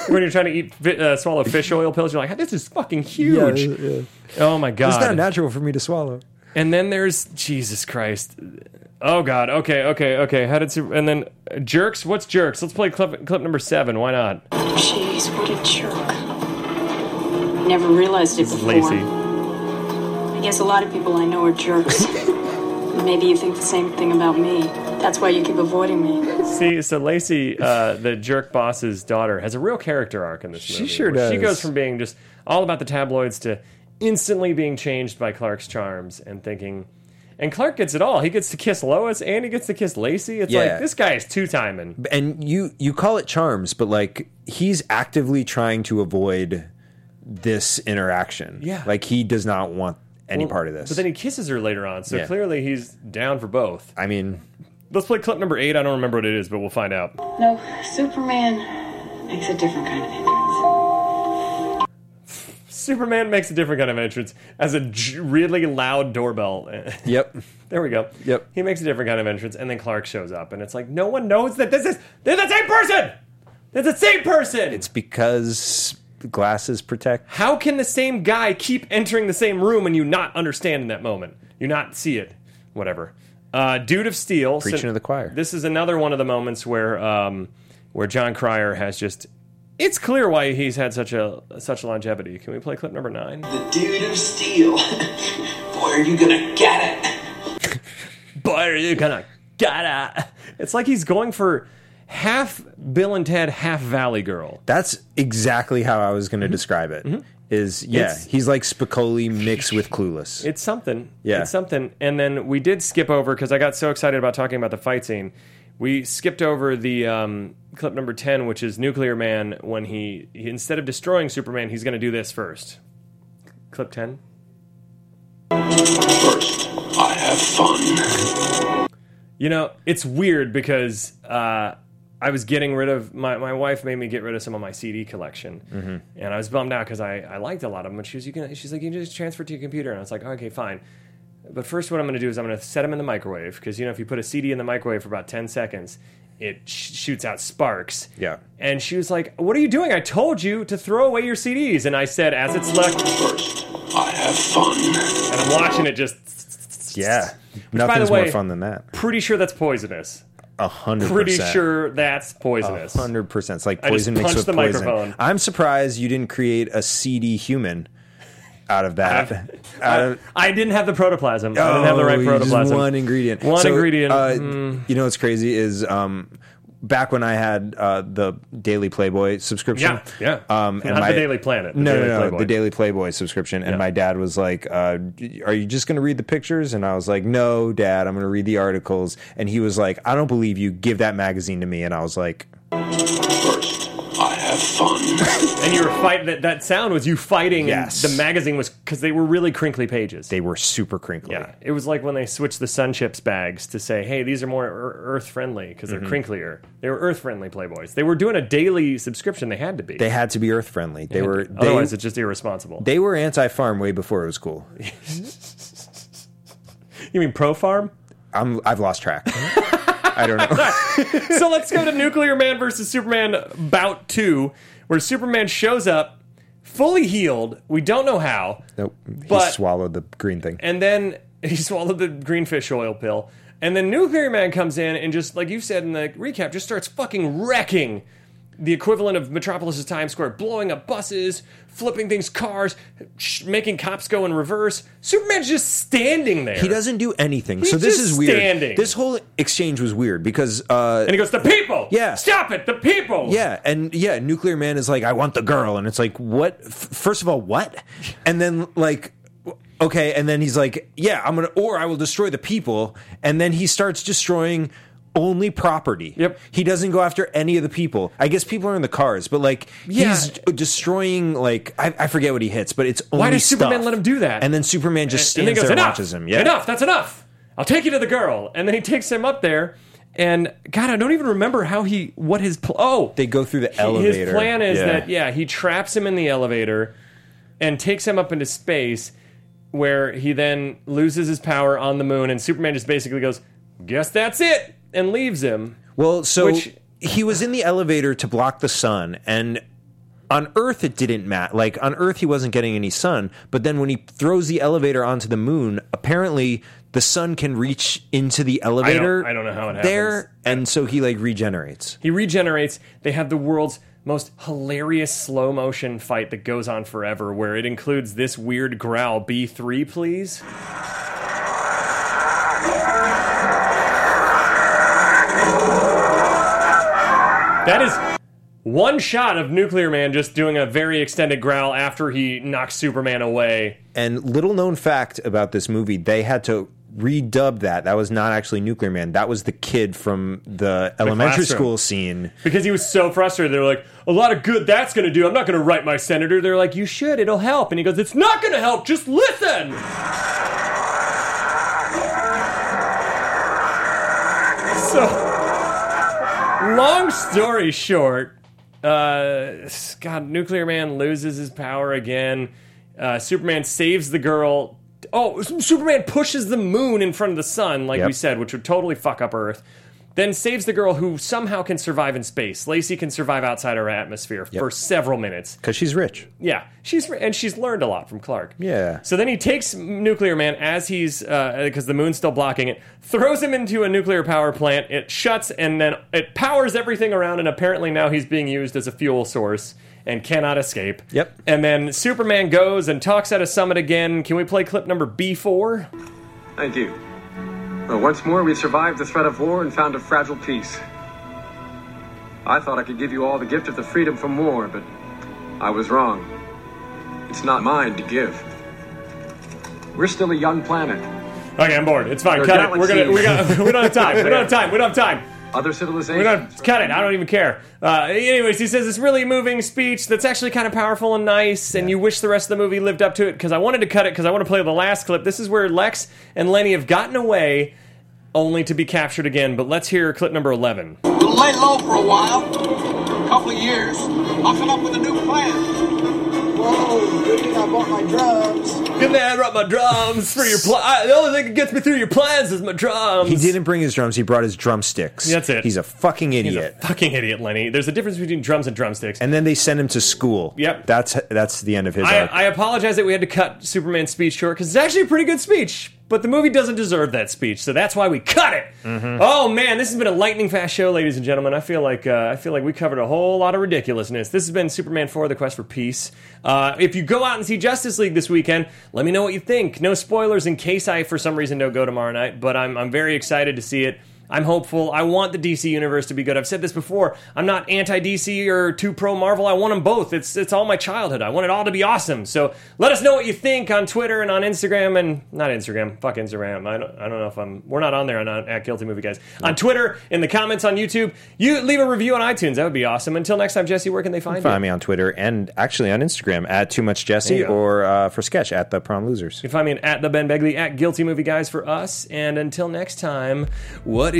[SPEAKER 1] when you're trying to eat fi- uh, swallow fish oil pills, you're like, this is fucking huge. Oh my
[SPEAKER 3] it's not
[SPEAKER 1] god!
[SPEAKER 3] natural for me to swallow.
[SPEAKER 1] and then there's Jesus Christ. Oh god. Okay. Okay. Okay. How did Super- and then uh, jerks? What's jerks? Let's play clip clip number seven. Why not?
[SPEAKER 7] Jeez, what a jerk. Never realized it
[SPEAKER 1] This is
[SPEAKER 7] before.
[SPEAKER 1] Lacey.
[SPEAKER 7] I guess a lot of people I know are jerks. Maybe you think the same thing about me. That's why you keep avoiding me.
[SPEAKER 1] See, so Lacey, uh, the jerk boss's daughter, has a real character arc in this movie.
[SPEAKER 3] sure
[SPEAKER 1] where She
[SPEAKER 3] does.
[SPEAKER 1] goes from being just all about the tabloids to instantly being changed by Clark's charms and thinking. And Clark gets it all. He gets to kiss Lois and he gets to kiss Lacey. It's
[SPEAKER 3] Yeah.
[SPEAKER 1] like this guy is two timing.
[SPEAKER 3] And you you call it charms, but like he's actively trying to avoid this interaction.
[SPEAKER 1] Yeah.
[SPEAKER 3] like he does not want any
[SPEAKER 1] Well,
[SPEAKER 3] part of this.
[SPEAKER 1] But then he kisses her later on, so
[SPEAKER 3] Yeah.
[SPEAKER 1] clearly he's down for both.
[SPEAKER 3] I mean,
[SPEAKER 1] Let's play clip number eight. I don't remember what it is, but we'll find out.
[SPEAKER 8] No, Superman makes a different kind of entrance.
[SPEAKER 1] Superman makes a different kind of entrance as a j- really loud doorbell.
[SPEAKER 3] yep.
[SPEAKER 1] there we go.
[SPEAKER 3] Yep.
[SPEAKER 1] He makes a different kind of entrance, and then Clark shows up, and it's like no one knows that this is they're the same person. They're the same person.
[SPEAKER 3] It's because glasses protect.
[SPEAKER 1] How can the same guy keep entering the same room and you not understand in that moment? You not see it. Whatever. Uh, Dude of Steel.
[SPEAKER 3] Preaching to the choir.
[SPEAKER 1] This is another one of the moments where um, where John Cryer has just. It's clear why he's had such a such longevity. Can we play clip number nine?
[SPEAKER 5] The dude of steel. Where are you gonna get it?
[SPEAKER 1] Boy, are you gonna get it? It's like he's going for half Bill and Ted, half Valley Girl.
[SPEAKER 3] That's exactly how I was going to describe it. Is yeah,
[SPEAKER 1] Mm-hmm. It's-
[SPEAKER 3] he's like Spicoli mixed with Clueless.
[SPEAKER 1] It's something.
[SPEAKER 3] Yeah.
[SPEAKER 1] It's something. And then we did skip over because I got so excited about talking about the fight scene. We skipped over the um, clip number ten, which is Nuclear Man when he, he instead of destroying Superman, he's going to do this first. Clip ten.
[SPEAKER 5] First, I have fun.
[SPEAKER 1] You know, it's weird because uh, I was getting rid of my, my wife made me get rid of some of my CD collection,
[SPEAKER 3] Mm-hmm.
[SPEAKER 1] and I was bummed out because I, I liked a lot of them. And she was you can she's like you can just transfer it to your computer, and I was like okay fine. But first, what I'm going to do is I'm going to set them in the microwave because you know if you put a CD in the microwave for about ten seconds, it sh- shoots out sparks.
[SPEAKER 3] Yeah.
[SPEAKER 1] And she was like, "What are you doing? I told you to throw away your CDs." And I said, "As it's left," and
[SPEAKER 5] First, I have fun.
[SPEAKER 1] I'm watching it just
[SPEAKER 3] yeah,
[SPEAKER 1] the
[SPEAKER 3] nothing's
[SPEAKER 1] way-
[SPEAKER 3] more fun than that.
[SPEAKER 1] pretty sure that's poisonous.
[SPEAKER 3] A hundred.
[SPEAKER 1] Pretty
[SPEAKER 3] percent.
[SPEAKER 1] sure that's poisonous.
[SPEAKER 3] Hundred percent. It's like
[SPEAKER 1] I just
[SPEAKER 3] poison mixed
[SPEAKER 1] punched
[SPEAKER 3] with
[SPEAKER 1] the
[SPEAKER 3] poison.
[SPEAKER 1] microphone.
[SPEAKER 3] I'm surprised you didn't create a CD human out of that. out of,
[SPEAKER 1] I didn't have the protoplasm. I didn't have the right
[SPEAKER 3] Oh, you just
[SPEAKER 1] protoplasm.
[SPEAKER 3] One ingredient.
[SPEAKER 1] One
[SPEAKER 3] So,
[SPEAKER 1] ingredient.
[SPEAKER 3] uh,
[SPEAKER 1] Mm.
[SPEAKER 3] You know what's crazy is um, back when I had uh, the Daily Playboy subscription.
[SPEAKER 1] Yeah, yeah.
[SPEAKER 3] Um,
[SPEAKER 1] Not the Daily Planet, the
[SPEAKER 3] no,
[SPEAKER 1] Daily
[SPEAKER 3] no, no,
[SPEAKER 1] Playboy.
[SPEAKER 3] the Daily Playboy subscription. And my dad was like, uh, "Are you just going to read the pictures?" And I was like, "No, Dad, I'm going to read the articles." And he was like, "I don't believe you. Give that magazine to me." And I was like,
[SPEAKER 5] First, I have fun.
[SPEAKER 1] And you were fight that that sound was you fighting.
[SPEAKER 3] Yes.
[SPEAKER 1] And the magazine was because they were really crinkly pages.
[SPEAKER 3] "They were super crinkly."
[SPEAKER 1] yeah. It was like when they switched the Sun Chips bags to say, "Hey, these are more Earth friendly because they're
[SPEAKER 3] Mm-hmm.
[SPEAKER 1] crinklier." They were Earth friendly Playboys. They were doing a daily subscription. They had to be.
[SPEAKER 3] They had to be earth friendly. They were they,
[SPEAKER 1] Otherwise, it's just irresponsible.
[SPEAKER 3] they were anti farm way before it was cool.
[SPEAKER 1] you mean Pro Farm?
[SPEAKER 3] I'm I've lost track. I don't know.
[SPEAKER 1] so let's go to Nuclear Man versus Superman Bout 2, where Superman shows up fully healed. We don't know how.
[SPEAKER 3] Nope. he
[SPEAKER 1] But-
[SPEAKER 3] swallowed the green thing.
[SPEAKER 1] And then he swallowed the green fish oil pill. And then Nuclear Man comes in and just like you said in the recap, just starts fucking wrecking the equivalent of Metropolis's Times Square, blowing up buses, flipping things, cars, sh- making cops go in reverse. Superman's just standing there.
[SPEAKER 3] He doesn't do anything. so this
[SPEAKER 1] just
[SPEAKER 3] is weird.
[SPEAKER 1] standing.
[SPEAKER 3] This whole exchange was weird because uh
[SPEAKER 1] and he goes, "The people,
[SPEAKER 3] Yeah.
[SPEAKER 1] stop it, the people,
[SPEAKER 3] yeah, and yeah, Nuclear Man is like I want the girl and it's like what F- first of all what? And then like okay, and then he's like yeah, I'm going to or I will destroy the people and then he starts destroying only property.
[SPEAKER 1] Yep.
[SPEAKER 3] He doesn't go after any of the people. I guess people are in the cars, but like
[SPEAKER 1] Yeah.
[SPEAKER 3] he's destroying like I, I forget what he hits, but it's only
[SPEAKER 1] Why does Superman
[SPEAKER 3] stuff.
[SPEAKER 1] let him do that?
[SPEAKER 3] And then Superman just
[SPEAKER 1] and
[SPEAKER 3] stands
[SPEAKER 1] he goes,
[SPEAKER 3] there and
[SPEAKER 1] enough,
[SPEAKER 3] watches him. Yeah.
[SPEAKER 1] enough, that's enough. I'll take you to the girl. And then he takes him up there. And God, I don't even remember how he, what his, pl- oh,
[SPEAKER 3] They go through the
[SPEAKER 1] He-
[SPEAKER 3] elevator.
[SPEAKER 1] His plan is that yeah, he traps him in the elevator and takes him up into space, where he then loses his power on the moon, and Superman just basically goes, "Guess that's it," and leaves him.
[SPEAKER 3] Well, so
[SPEAKER 1] Which-
[SPEAKER 3] he was in the elevator to block the sun, and on Earth it didn't matter. Like on Earth, he wasn't getting any sun. But then when he throws the elevator onto the moon, apparently the sun can reach into the elevator.
[SPEAKER 1] I don't know how it
[SPEAKER 3] there, and so he like regenerates.
[SPEAKER 1] He regenerates. They have the world's most hilarious slow motion fight that goes on forever, where it includes this weird growl B three, please. That is one shot of Nuclear Man just doing a very extended growl after he knocks Superman away.
[SPEAKER 3] And little known fact about this movie, they had to redub that. That was not actually Nuclear Man. That was the kid from the, elementary
[SPEAKER 1] classroom.
[SPEAKER 3] school scene.
[SPEAKER 1] Because he was so frustrated, they were like, a lot of good that's going to do. I'm not going to write my senator. They're like, you should. It'll help. And he goes, it's not going to help. Just listen. So, long story short, uh, God, Nuclear Man loses his power again. Uh, Superman saves the girl. Oh, Superman pushes the moon in front of the sun, like
[SPEAKER 3] Yep.
[SPEAKER 1] we said, which would totally fuck up Earth. Then saves the girl who somehow can survive in space. Lacey can survive outside our atmosphere for several minutes.
[SPEAKER 3] Because she's rich.
[SPEAKER 1] Yeah, she's and she's learned a lot from Clark.
[SPEAKER 3] Yeah.
[SPEAKER 1] So then he takes Nuclear Man as he's because the moon's still blocking it, throws him into a nuclear power plant. It shuts and then it powers everything around, and apparently now he's being used as a fuel source and cannot escape.
[SPEAKER 3] Yep.
[SPEAKER 1] And then Superman goes and talks at a summit again. Can we play clip number B four?
[SPEAKER 10] Thank you. Well, once more, we survived the threat of war and found a fragile peace. I thought I could give you all the gift of the freedom from war, but I was wrong. It's not mine to give. We're still a young planet.
[SPEAKER 1] Okay, I'm bored. It's fine.
[SPEAKER 10] Your
[SPEAKER 1] Cut it. We're gonna. We got. We don't have time. We don't have time. We don't have time.
[SPEAKER 10] Other
[SPEAKER 1] We're
[SPEAKER 10] civilizations.
[SPEAKER 1] gonna cut it. I don't even care. Uh, anyways, he says this really moving speech that's actually kind of powerful and nice, and you wish the rest of the movie lived up to it because I wanted to cut it because I want to play the last clip. This is where Lex and Lenny have gotten away, only to be captured again. But let's hear clip number 11.
[SPEAKER 5] We'll lay low for a while, a couple of years. I'll come up with a new plan. Whoa, good thing I bought my drums.
[SPEAKER 1] Good man, I brought my drums for your plans. The only thing that gets me through your plans is my drums.
[SPEAKER 3] He didn't bring his drums. He brought his drumsticks.
[SPEAKER 1] That's it.
[SPEAKER 3] He's a fucking
[SPEAKER 1] He's
[SPEAKER 3] idiot.
[SPEAKER 1] a fucking idiot, Lenny. There's a difference between drums and drumsticks.
[SPEAKER 3] and then they send him to school.
[SPEAKER 1] Yep.
[SPEAKER 3] That's that's the end of his
[SPEAKER 1] I,
[SPEAKER 3] arc.
[SPEAKER 1] I apologize that we had to cut Superman's speech short because it's actually a pretty good speech, but the movie doesn't deserve that speech, so that's why we cut it. Oh man, this has been a lightning fast show, ladies and gentlemen. I feel like uh, I feel like we covered a whole lot of ridiculousness. This has been Superman Four: The Quest for Peace. Uh, if you go out and see Justice League this weekend, let me know what you think. No spoilers in case I, for some reason, don't go tomorrow night, but I'm I'm very excited to see it. I'm hopeful. I want the DC universe to be good. I've said this before. I'm not anti DC or too pro Marvel. I want them both. It's it's all my childhood. I want it all to be awesome. So let us know what you think on Twitter and on Instagram and not Instagram. Fuck Instagram. I don't, I don't know if I'm. We're not on there on at Guilty Movie Guys on Twitter in the comments on YouTube. You leave a review on iTunes. That would be awesome. Until next time, Jesse. Where can they find you?
[SPEAKER 3] Find me on Twitter and actually on Instagram at Too Much Jesse
[SPEAKER 1] you go.
[SPEAKER 3] or uh, for sketch at the Prom Losers.
[SPEAKER 1] You can find me at the Ben Begley at Guilty Movie Guys for us. And until next time, what